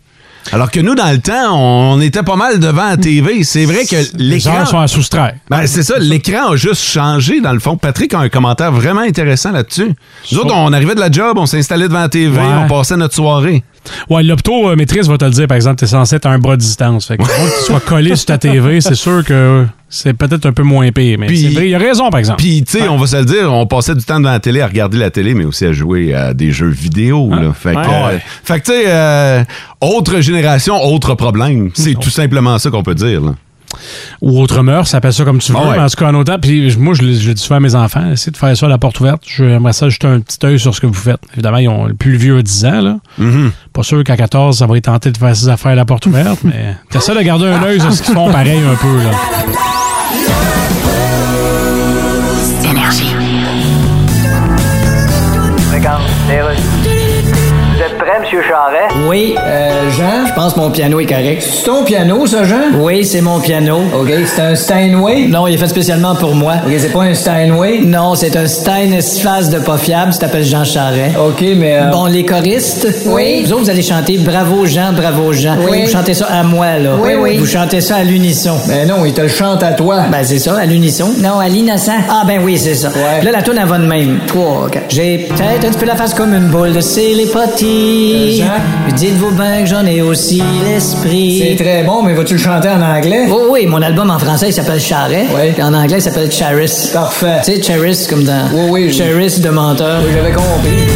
Alors que nous, dans le temps, on était pas mal devant la TV. C'est vrai que hein. les l'écran. heures sont à soustraire. Ben, c'est ça, l'écran a juste changé dans le fond. Patrick a un commentaire vraiment intéressant là-dessus. Nous autres, on arrivait de la job, on s'installait devant la TV, Ouais. on passait notre soirée. Ouais, l'opto euh, maîtrise va te le dire, par exemple, t'es censé être à un bras de distance. Fait que avant que tu sois collé sur ta TV, c'est sûr que c'est peut-être un peu moins pire. Mais Puis- c'est vrai, il a raison, par exemple. Ah. Puis, tu sais, on va se le dire, on passait du temps devant la télé à regarder la télé, mais aussi à jouer à des jeux vidéo. là. Fait que, Ouais. euh, Ouais. fait que, tu sais, euh, autre génération, autre problème. C'est tout simplement ça qu'on peut dire. là. Ou autre mœurs, appelle ça comme tu veux. Ah ouais. mais en tout cas, en autant, puis moi, je, le- je le dis souvent à mes enfants, essayez de faire ça à la porte ouverte. J'aimerais ça jeter un petit œil sur ce que vous faites. Évidemment, ils ont le plus vieux a 10 ans, là. Mm-hmm. Pas sûr qu'à 14, ça va être tenté de faire ses affaires à la porte ouverte, mais t'essaies de garder un œil sur ce qu'ils font pareil un peu, là. Vous êtes prêt, M. Charret? Oui, Euh, Jean, je pense que mon piano est correct. C'est ton piano, ça, Jean? oui, c'est mon piano. OK, c'est un Steinway? Non, il est fait spécialement pour moi. OK, c'est pas un Steinway? Non, c'est un Stein face de pas fiable, ça s'appelle Jean Charret. OK, mais... euh, Bon, les choristes, Oui. Vous autres, vous allez chanter Bravo Jean, Bravo Jean. Oui. Vous chantez ça à moi, là. Oui, oui. Vous chantez ça à l'unisson. Ben non, il te le chante à toi. Ben, c'est ça, à l'unisson. Non, à l'innocent. Ah, ben oui, c'est ça. Ouais. Là, la tourne, elle va de même. Trois, quatre. J'ai peut-être un petit peu la face comme une boule de célépathie. Euh, Jean? Puis Dites-vous bien que j'en ai aussi l'esprit. C'est très bon, mais vas-tu le chanter en anglais? Oh oui, mon album en français, il s'appelle Charret. Oui. Puis en anglais, il s'appelle Charis. Parfait. Tu sais, Charis, comme dans... Oui, oui, je- Charis de menteur. Oui, J'avais compris.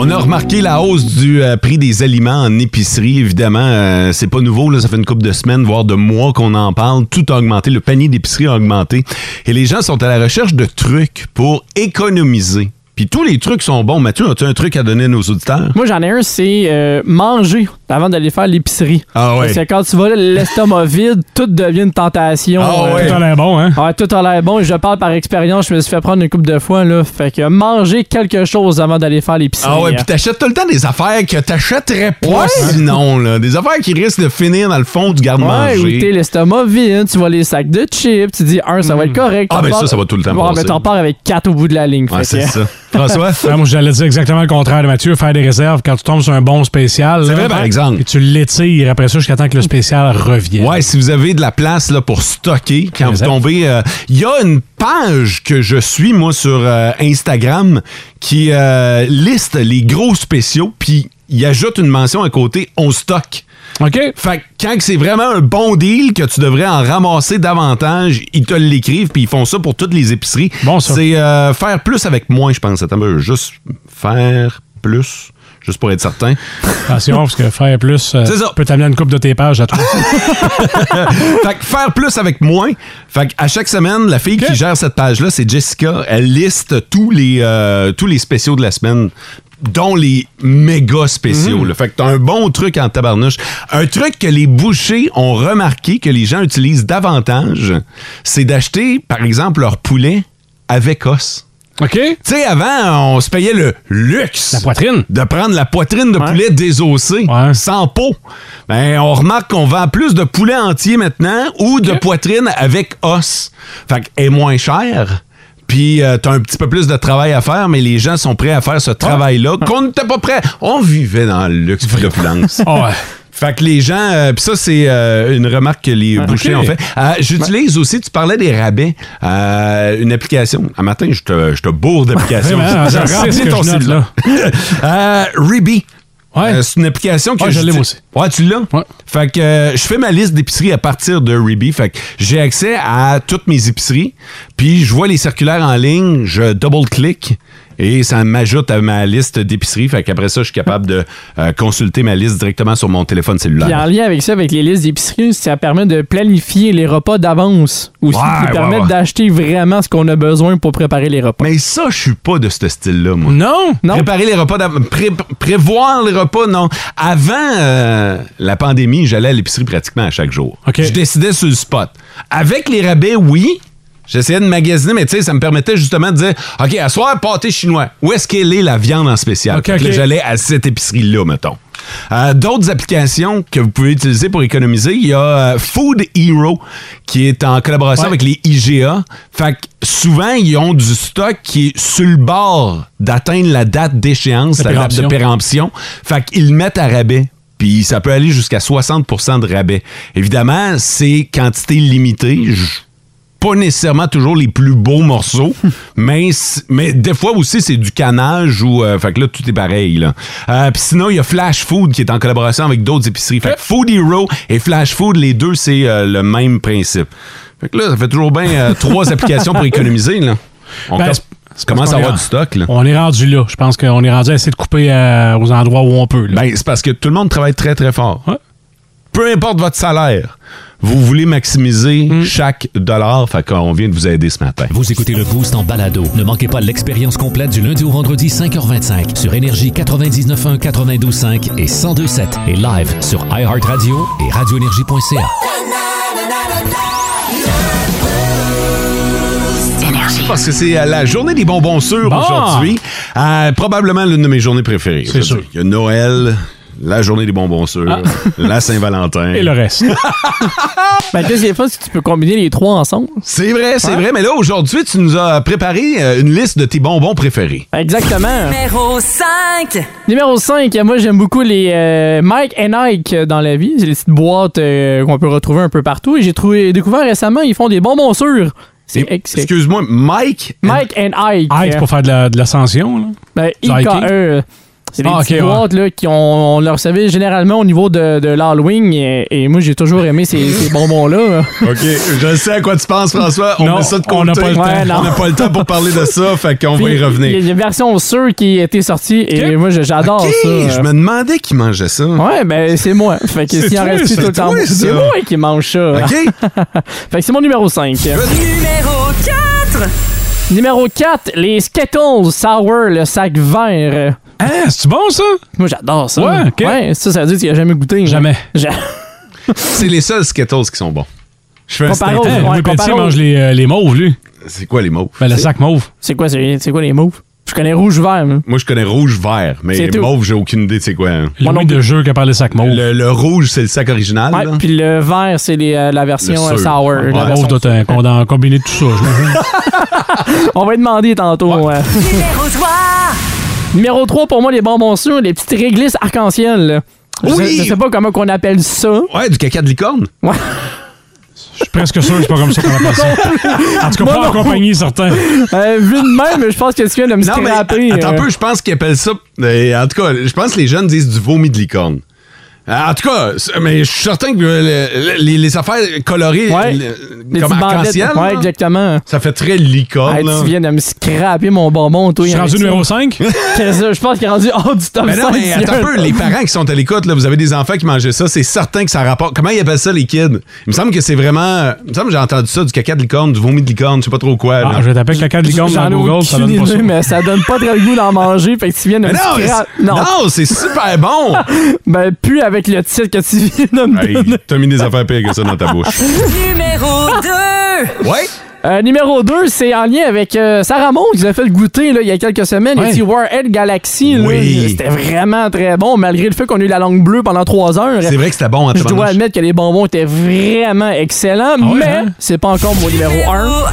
On a remarqué la hausse du euh, prix des aliments en épicerie. Évidemment, euh, c'est pas nouveau. Là, ça fait une couple de semaines, voire de mois qu'on en parle. Tout a augmenté. Le panier d'épicerie a augmenté. Et les gens sont à la recherche de trucs pour économiser. Puis tous les trucs sont bons. Mathieu, as-tu un truc à donner à nos auditeurs? Moi, j'en ai un, c'est euh, manger avant d'aller faire l'épicerie. Ah ouais. Parce que quand tu vas là, l'estomac vide, tout devient une tentation. euh. Ah ouais. Tout a l'air bon, hein? Ouais, tout a l'air bon. Et Je parle par expérience, je me suis fait prendre une couple de fois, là. Fait que manger quelque chose avant d'aller faire l'épicerie. hein. Ah ouais, puis t'achètes tout le temps des affaires que t'achèterais pas Ouais. sinon, là. Des affaires qui risquent de finir dans le fond du Ouais, garde-manger. ou t'es l'estomac vide, tu vois les sacs de chips, tu dis un, ça va être correct. Ah, t'en ben pars- ça, ça va tout le temps Ouais, passer. mais t'en pars avec quatre au bout de la ligne. fait Ouais, c'est que- ça. François? Ouais, Ah, moi, j'allais dire exactement le contraire de Mathieu. Faire des réserves quand tu tombes sur un bon spécial. C'est là, hein, vrai, par exemple. Et tu l'étires après ça jusqu'à temps que le spécial revienne. Ouais, si vous avez de la place là, pour stocker quand vous Exact. tombez. euh, Il y a une page que je suis, moi, sur euh, Instagram qui euh, liste les gros spéciaux, puis il ajoute une mention à côté on stocke. OK? Fait que quand que c'est vraiment un bon deal que tu devrais en ramasser davantage, ils te l'écrivent puis ils font ça pour toutes les épiceries. Bon, ça. C'est euh, faire plus avec moins, je pense. Attends, un peu, juste faire plus, juste pour être certain. Attention, parce que faire plus euh, C'est ça. peut t'amener une coupe de tes pages à toi. fait que faire plus avec moins. Fait que à chaque semaine, la fille qui gère cette page-là, c'est Jessica. Elle liste tous les, euh, tous les spéciaux de la semaine dont les méga spéciaux. là. Fait que t'as un bon truc en tabarnouche. Un truc que les bouchers ont remarqué que les gens utilisent davantage, c'est d'acheter, par exemple, leur poulet avec os. OK? Tu sais, avant, on se payait le luxe La poitrine. de prendre la poitrine de poulet désossée, Ouais. sans peau. Ben, on remarque qu'on vend plus de poulet entier maintenant ou de poitrine avec os. Fait que est moins cher. Puis euh, t'as un petit peu plus de travail à faire, mais les gens sont prêts à faire ce travail-là qu'on n'était pas prêt. On vivait dans le luxe de l'opulence. Ah ouais. Fait que les gens, euh, puis ça c'est euh, une remarque que les bouchers ok. ont fait. Euh, J'utilise aussi, tu parlais des rabais, euh, une application. Un matin, je te, je te bourre d'applications. Vraiment, J'ai je sais rempli ce que ton je note, cellulaire. Euh, Ribi. Ouais. Euh, c'est une application que Ouais, je l'ai, j'uti- moi aussi. Ouais, tu l'as? Ouais. Fait que euh, je fais ma liste d'épiceries à partir de Ribi. Fait que j'ai accès à toutes mes épiceries. Puis je vois les circulaires en ligne, je double-click et ça m'ajoute à ma liste d'épiceries. Fait qu'après ça, je suis capable de euh, consulter ma liste directement sur mon téléphone Puis en cellulaire. lien avec ça, avec les listes d'épicerie, ça permet de planifier les repas d'avance. Ou Ouais, ça ouais, permet ouais. d'acheter vraiment ce qu'on a besoin pour préparer les repas. Mais ça, je suis pas de ce style-là, moi. Non! Non. Préparer les repas, d'av- pré- prévoir les repas, non. Avant euh, la pandémie, j'allais à l'épicerie pratiquement à chaque jour. OK. Je décidais sur le spot. Avec les rabais, oui. J'essayais de magasiner, mais tu sais, ça me permettait justement de dire OK, à soir, pâté chinois. Où est-ce qu'elle est la viande en spécial? OK, Fait que là, OK. J'allais à cette épicerie-là, mettons. Euh, D'autres applications que vous pouvez utiliser pour économiser, il y a euh, Food Hero qui est en collaboration Ouais. avec les IGA. Fait que souvent, ils ont du stock qui est sur le bord d'atteindre la date d'échéance, La la date de péremption. péremption. Fait qu'ils le mettent à rabais. Puis ça peut aller jusqu'à 60 de rabais. Évidemment, c'est quantité limitée. J- Pas nécessairement toujours les plus beaux morceaux, mais, c- mais des fois aussi, c'est du canage ou. euh, fait que là, tout est pareil. Là. Euh, Puis sinon, il y a Flash Food qui est en collaboration avec d'autres épiceries. Hein? Fait que Food Hero et Flash Food, les deux, c'est euh, le même principe. Fait que là, ça fait toujours bien euh, trois applications pour économiser. Là. On Ben, com- c'est- c'est parce commence qu'on à avoir est- du stock. Là. On est rendu là. Je pense qu'on est rendu à essayer de couper euh, aux endroits où on peut. là. Ben, c'est parce que tout le monde travaille très, très fort. Ouais. Peu importe votre salaire, vous voulez maximiser Mm. chaque dollar. Fait qu'on vient de vous aider ce matin. Vous écoutez le Boost en balado. Ne manquez pas l'expérience complète du lundi au vendredi 5h25 sur Énergie 99.1, 92.5 et 102.7 et live sur iHeartRadio et radioénergie.ca. Parce que c'est euh, la journée des bonbons sûrs Bon. aujourd'hui. Euh, probablement l'une de mes journées préférées. C'est Je veux sûr. Ah. dire, Il y a Noël, la journée des bonbons sûrs, la Saint-Valentin. Et le reste. Ben, qu'est-ce qu'il y a pas si tu peux combiner les trois ensemble? C'est vrai, c'est vrai. Mais là, aujourd'hui, tu nous as préparé euh, une liste de tes bonbons préférés. Exactement. Numéro 5. Numéro 5, moi j'aime beaucoup les euh, Mike and Ike euh, dans la vie. C'est les petites boîtes euh, qu'on peut retrouver un peu partout. Et j'ai trouvé, découvert récemment, ils font des bonbons sûrs. C'est ex- Excuse-moi, Mike. Mike and Ike. Ike Ah, pour faire de la- de l'ascension, là. Ben, Du hiking? IKE. C'est des Ah, ok, petites ouais. boîtes là, qui ont, on leur servait généralement au niveau de, de l'Halloween et, et moi j'ai toujours aimé ces, ces bonbons-là. OK, je sais à quoi tu penses, François. On Non, met ça de côté. on n'a pas le temps. Ouais, non. On n'a pas le temps pour parler de ça, fait qu'on va y Il y a revenir. une version sûre qui a été sortie et moi je- j'adore Ok, ça. hein. je me demandais qui mangeait ça. Ouais, ben c'est moi. Fait que C'est s'il en toi, reste plus c'est tout le temps, toi, ça. c'est moi qui mange ça. OK. fait que c'est mon numéro 5. Numéro 4. Numéro 4, les Skittles Sour, le sac vert. Hein, c'est bon ça? Moi j'adore ça. Ouais, ok. ouais, ça, ça veut dire que tu as jamais goûté. Jamais. C'est les seuls Skittles qui sont bons. Je fais un Comparé aux- Oh, instinct. ouais, Hein, Louis Pelletier comparé aux- mange les, euh, les mauves, lui. C'est quoi les mauves? Ben, le sac mauve. C'est quoi, c'est c'est quoi les mots? Je connais rouge-vert. moi. Moi, je connais rouge-vert, mais C'est tout. mauve, j'ai aucune idée de c'est quoi. hein. Louis de jeu qui a parlé sac mauve. Le, le rouge, c'est le sac original. Ouais, là. puis le vert, c'est les, euh, la version Le euh, sûr. sour. Ouais, la Le version- mauve doit être condam- combiné de tout ça. j'imagine. On va y demander tantôt. ouais. Numéro 3. Numéro 3, pour moi, les bonbons sûrs, les petites réglisses arc-en-ciel. là. Je, Oui! sais- je sais pas comment qu'on appelle ça. Ouais, du caca de licorne. Je suis presque sûr que c'est pas comme ça qu'on appelle ça. En tout cas, Moi pas en non. compagnie, certains. Euh, vu de même, je pense que tu viens de me Non, mais scraper. attends un euh. peu, je pense qu'ils appellent ça. euh, en tout cas, je pense que les jeunes disent du vomi de licorne. Euh, En tout cas, c'est- mais je suis certain que euh, le- les, les affaires colorées Ouais. le- Les comme petites arc-en-ciel, bandettes. Ouais, là, exactement. ça fait très licorne. Hey, là. tu viens de me scraper mon bonbon, toi. Je suis hein, rendu tu- numéro 5. Qu'est-ce que- Je pense qu'il est rendu hors du top Mais non, 5. mais attends un peu, les parents qui sont à l'écoute, là, vous avez des enfants qui mangeaient ça, c'est certain que ça rapporte. Comment ils appellent ça, les kids? Il me semble que c'est vraiment. Il me semble que j'ai entendu ça, du caca de licorne, du vomi de licorne, je sais pas trop quoi. là. Ah, je vais taper caca de licorne dans J'en ai Google, ça donne aucune pas ça. idée, mais ça donne pas très le goût d'en manger. Fait que tu viens de Mais me non, mais scraper. c'est- non, c'est super bon! Ben, plus avec le titre que tu viens de me Hey, donner. T'as mis des affaires pires que ça dans ta bouche. Numéro 2. Ouais? Euh, numéro 2, c'est en lien avec euh, Sarah Maud. Ils l'ont fait goûter là, il y a quelques semaines. Ouais. Les petits Warhead Galaxy. là. Oui. C'était vraiment très bon, malgré le fait qu'on a eu la langue bleue pendant trois heures. C'est vrai que c'était bon, hein, en Je dois tabarnouche. admettre que les bonbons étaient vraiment excellents, mais hein? c'est pas encore mon numéro 1.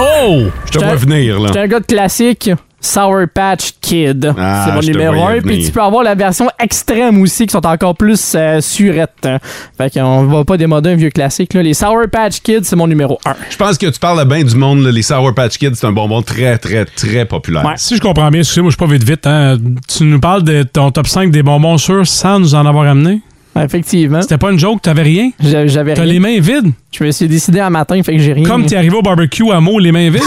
Oh! Je te vois venir, là. J'étais un gars de classique. Sour Patch Kid. Ah, c'est mon je te numéro 1. voyais Puis venir. tu peux avoir la version extrême aussi, qui sont encore plus euh, surettes. Fait qu'on va pas démoder un vieux classique. là. Les Sour Patch Kids, c'est mon numéro 1. Je pense que tu parles à bien du monde. là. Les Sour Patch Kids, c'est un bonbon très, très, très populaire. Ouais. Euh, Si je comprends bien, excusez-moi, je suis pas vite vite. Hein. Tu nous parles de ton top 5 des bonbons sûrs sans nous en avoir amené. Effectivement. C'était pas une joke, t'avais rien. J'a- J'avais T'as rien. les mains vides. Je me suis décidé un matin, fait que j'ai rien. Comme t'es arrivé au barbecue à Meaux, les mains vides.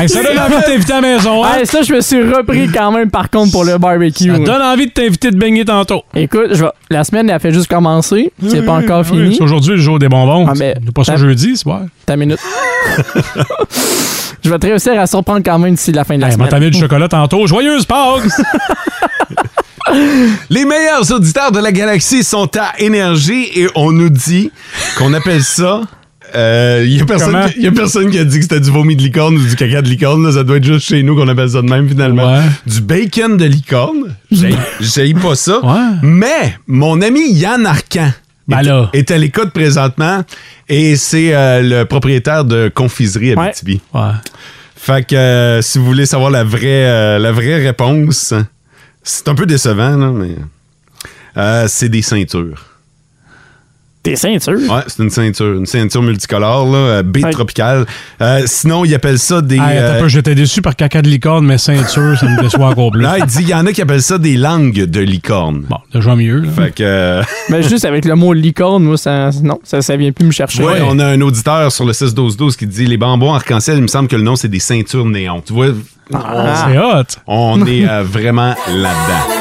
Hey, ça donne envie de t'inviter à la maison. Hein? Ouais, Ah, ça, je me suis repris quand même, par contre, pour le barbecue. Ça donne envie de t'inviter de baigner tantôt. Écoute, je vais- la semaine, elle fait juste commencer. C'est pas encore Oui, fini. c'est aujourd'hui le jour des bonbons. Ah, mais- C'est pas ça Ah. jeudi, c'est vrai. Ta minute. je vais te réussir à surprendre quand même d'ici la fin de la Hey, semaine. m'a mis du chocolat tantôt. Joyeuse Pâques! Les meilleurs auditeurs de la galaxie sont à Énergie et on nous dit qu'on appelle ça. Il n'y a, personne Comment? qui- y a personne qui a dit que c'était du vomi de licorne ou du caca de licorne. là. Ça doit être juste chez nous qu'on appelle ça de même finalement. Ouais. Du bacon de licorne. J'haïs- J'haïs pas ça. Ouais. Mais mon ami Yann Arcan Ben est- là. est, à l'écoute présentement et c'est euh, le propriétaire de Confiserie à Ouais. BTB. Ouais. Fait que euh, si vous voulez savoir la vraie, euh, la vraie réponse, c'est un peu décevant, là, mais. euh, c'est des ceintures. Tes ceintures. Ouais, c'est une ceinture. Une ceinture multicolore, là, euh, baie Ouais. tropicale. Euh, sinon, ils appellent ça des. Hey, attends un euh, peu, j'étais déçu par caca de licorne, mais ceinture, ça me déçoit encore plus. non, euh, il dit, il y en a qui appellent ça des langues de licorne. Bon, déjà mieux. Là. Fait que. euh, Mais juste avec le mot licorne, moi, ça, non, ça, ça vient plus me chercher. ouais, on a un auditeur sur le 6-12-12 qui dit les bonbons arc-en-ciel, il me semble que le nom, c'est des ceintures néons. Tu vois, Ah. C'est hot. on est euh, vraiment là-dedans.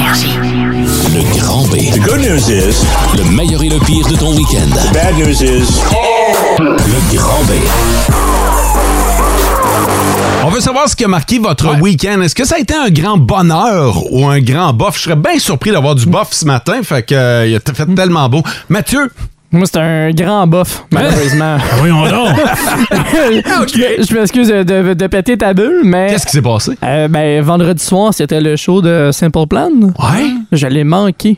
Le grand B. The good news is, Le meilleur et le pire de ton week-end. bad news is, Le grand B. On veut savoir ce qui a marqué votre week-end. Est-ce que ça a été un grand bonheur ou un grand bof? Je serais bien surpris d'avoir du bof ce matin. Fait que euh, il a t- fait tellement beau. Euh, Mathieu, Moi, c'est un grand bof, malheureusement. Ah, Voyons donc. Je je m'excuse de, de- de péter ta bulle, mais. qu'est-ce qui s'est passé? Euh, ben, vendredi soir, c'était le show de Simple Plan. Ouais. Je l'ai manqué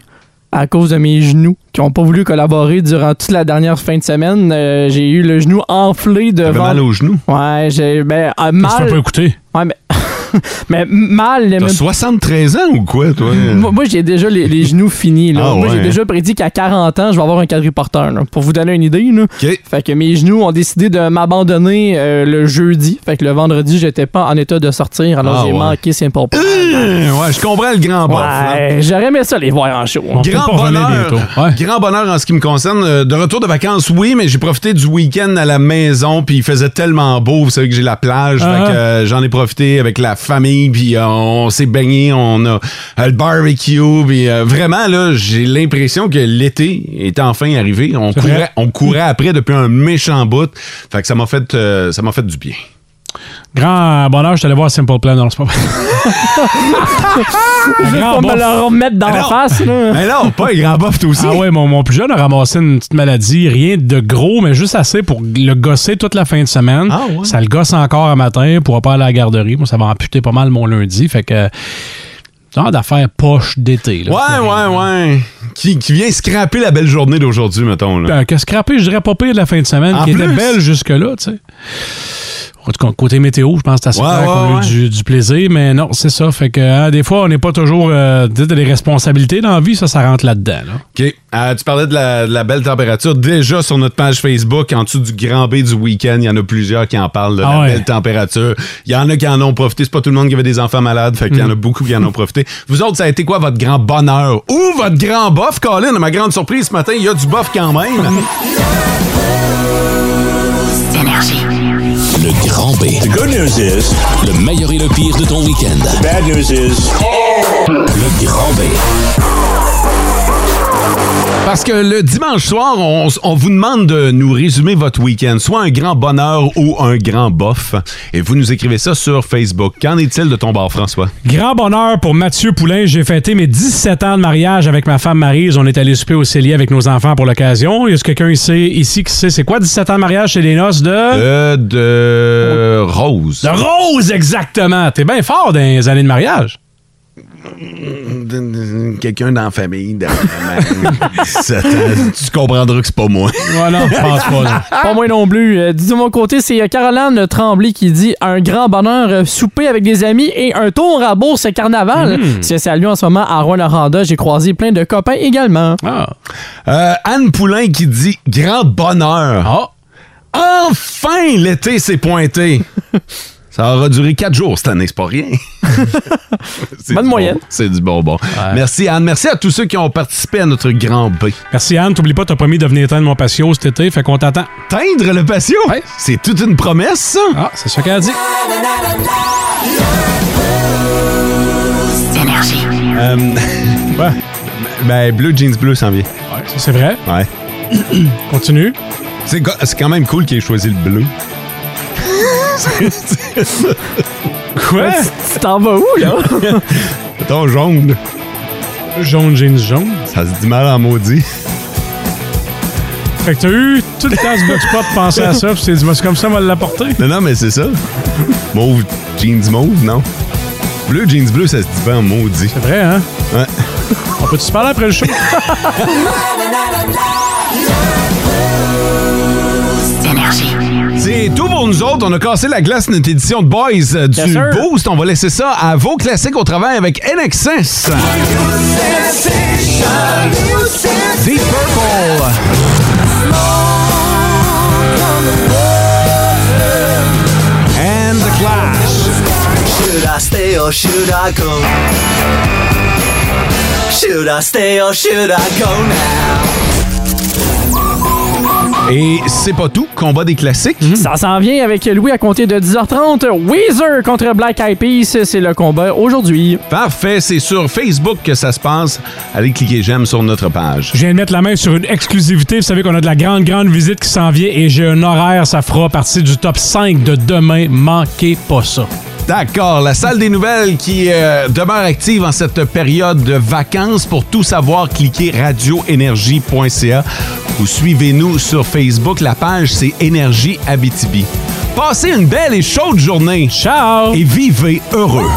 à cause de mes genoux qui ont pas voulu collaborer durant toute la dernière fin de semaine. Euh, j'ai eu le genou enflé J'avais devant. mal aux genoux. Ouais, j'ai ben, euh, Je peux pas mal. écouter. Ouais, mais mais mal. T'as même- 73 ans ou quoi, toi? Moi, moi, j'ai déjà les, les genoux finis. Là. Ah, moi, ouais, j'ai hein? déjà prédit qu'à 40 ans, je vais avoir un quadriporteur. là. Pour vous donner une idée, là. fait que mes genoux ont décidé de m'abandonner euh, le jeudi. Fait que le vendredi, j'étais pas en état de sortir, alors Ah, j'ai ouais. Euh, manqué Simple Plan. ouais, je comprends le grand bof. Ouais, J'aurais aimé ça les voir en show. Grand bonheur, grand bonheur en ce qui me concerne. Euh, De retour de vacances, oui, mais j'ai profité du week-end à la maison, puis il faisait tellement beau, vous savez que j'ai la plage, Ah. fait que, euh, j'en ai profité avec la famille, puis euh, on s'est baigné, on a euh, le barbecue, puis euh, vraiment, là, j'ai l'impression que l'été est enfin arrivé. On C'est vrai. courait, on courait après depuis un méchant bout, fait que ça m'a fait, euh, ça m'a fait du bien. Grand bonheur, je suis allé voir Simple Plan. Non, c'est pas vrai. Juste Grand pour me bof. le remettre dans la face. Là. Mais non, pas un grand bof, toi aussi. Ah ouais, mon, mon plus jeune a ramassé une petite maladie, rien de gros, mais juste assez pour le gosser toute la fin de semaine. Ah ouais. Ça le gosse encore un matin, pour pas aller à la garderie. Moi, ça va amputer pas mal mon lundi. Fait que. Genre d'affaires poche d'été. là. Ouais, ouais, ouais. Qui, qui vient scraper la belle journée d'aujourd'hui, mettons. Là. Euh, que scraper, je dirais pas pire de la fin de semaine, En qui plus. était belle jusque-là, tu sais. En tout cas, côté météo, je pense que c'est assez Ouais, clair ouais, qu'on a eu ouais. du, du plaisir, mais non, c'est ça. Fait que hein, des fois, on n'est pas toujours euh, dites, des responsabilités dans la vie, ça, ça rentre là-dedans. là. OK. Euh, tu parlais de la, de la belle température. Déjà sur notre page Facebook, en dessous du grand B du week-end, il y en a plusieurs qui en parlent de Ah la ouais. belle température. Il y en a qui en ont profité. C'est pas tout le monde qui avait des enfants malades, fait qu'il y Hmm. en a beaucoup qui en ont profité. Vous autres, ça a été quoi votre grand bonheur? Ou votre grand bof, Colin? À ma grande surprise, ce matin, il y a du bof quand même. Le grand B. Good news is, Le meilleur et le pire de ton week-end. bad news is, Le grand B. Parce que le dimanche soir, on, on vous demande de nous résumer votre week-end, soit un grand bonheur ou un grand bof. Et vous nous écrivez ça sur Facebook. Qu'en est-il de ton bar, François? Grand bonheur pour Mathieu Poulain. J'ai fêté mes 17 ans de mariage avec ma femme Marise. On est allé souper au Célier avec nos enfants pour l'occasion. Est-ce que quelqu'un ici, ici qui sait c'est quoi 17 ans de mariage? C'est les noces de... Euh, de Rose. De Rose, exactement! T'es bien fort dans les années de mariage. Quelqu'un dans la famille. dans- Ça, tu comprendras que c'est pas moi. Voilà, je pense pas. là. Pas moi non plus. Euh, dis de mon côté, c'est euh, Caroline Tremblay qui dit un grand bonheur, euh, souper avec des amis et un tour à Bourse Carnaval. C'est C'est à lui en ce moment à Rouen-Noranda. J'ai croisé plein de copains également. Ah. Euh, Anne Poulain qui dit grand bonheur. Ah. Enfin, l'été s'est pointé. Ça aura duré quatre jours cette année, c'est pas rien. C'est Bonne du moyenne. bon- c'est du bonbon. Merci Anne. Merci à tous ceux qui ont participé à notre grand B. Merci Anne. T'oublie pas, t'as promis de venir éteindre mon patio cet été, fait qu'on t'attend. Teindre le patio, Ouais. c'est toute une promesse, ça. Ah, c'est ça qu'elle a dit. Euh, ben, bleu, jeans bleu s'en vient. Ouais, ça c'est vrai. Ouais. Continue. C'est go- c'est quand même cool qu'il ait choisi le bleu. Quoi? Tu t'en vas où, là? Ton jaune, Jaune, jeans, jaune. ça se dit mal en maudit. Fait que t'as eu tout le temps ce bloc spot de penser à ça, puis c'est dit, Moi, c'est comme ça, on va l'apporter. Non, non, mais c'est ça. Mauve, jeans mauve, non. Bleu, jeans bleu, ça se dit pas en maudit. C'est vrai, hein? Ouais. On peut-tu se parler après le show? C'est tout pour nous autres. On a cassé la glace de notre édition de Boys euh, du sûr. Boost. On va laisser ça à vos classiques au travail avec NXS. Deep Purple. And the Clash. Should I stay or should I go? Should I stay or should I go now? Et c'est pas tout, combat des classiques. Ça s'en vient avec Louis à compter de 10h30. Weezer contre Black Eyed Peas, c'est le combat aujourd'hui. Parfait, c'est sur Facebook que ça se passe. Allez cliquer j'aime sur notre page. Je viens de mettre la main sur une exclusivité. Vous savez qu'on a de la grande, grande visite qui s'en vient et j'ai un horaire. Ça fera partie du top 5 de demain. Manquez pas ça. D'accord, la salle des nouvelles qui euh, demeure active en cette période de vacances. Pour tout savoir, cliquez radioénergie.ca ou suivez-nous sur Facebook. La page, c'est Énergie Abitibi. Passez une belle et chaude journée Ciao! et vivez heureux.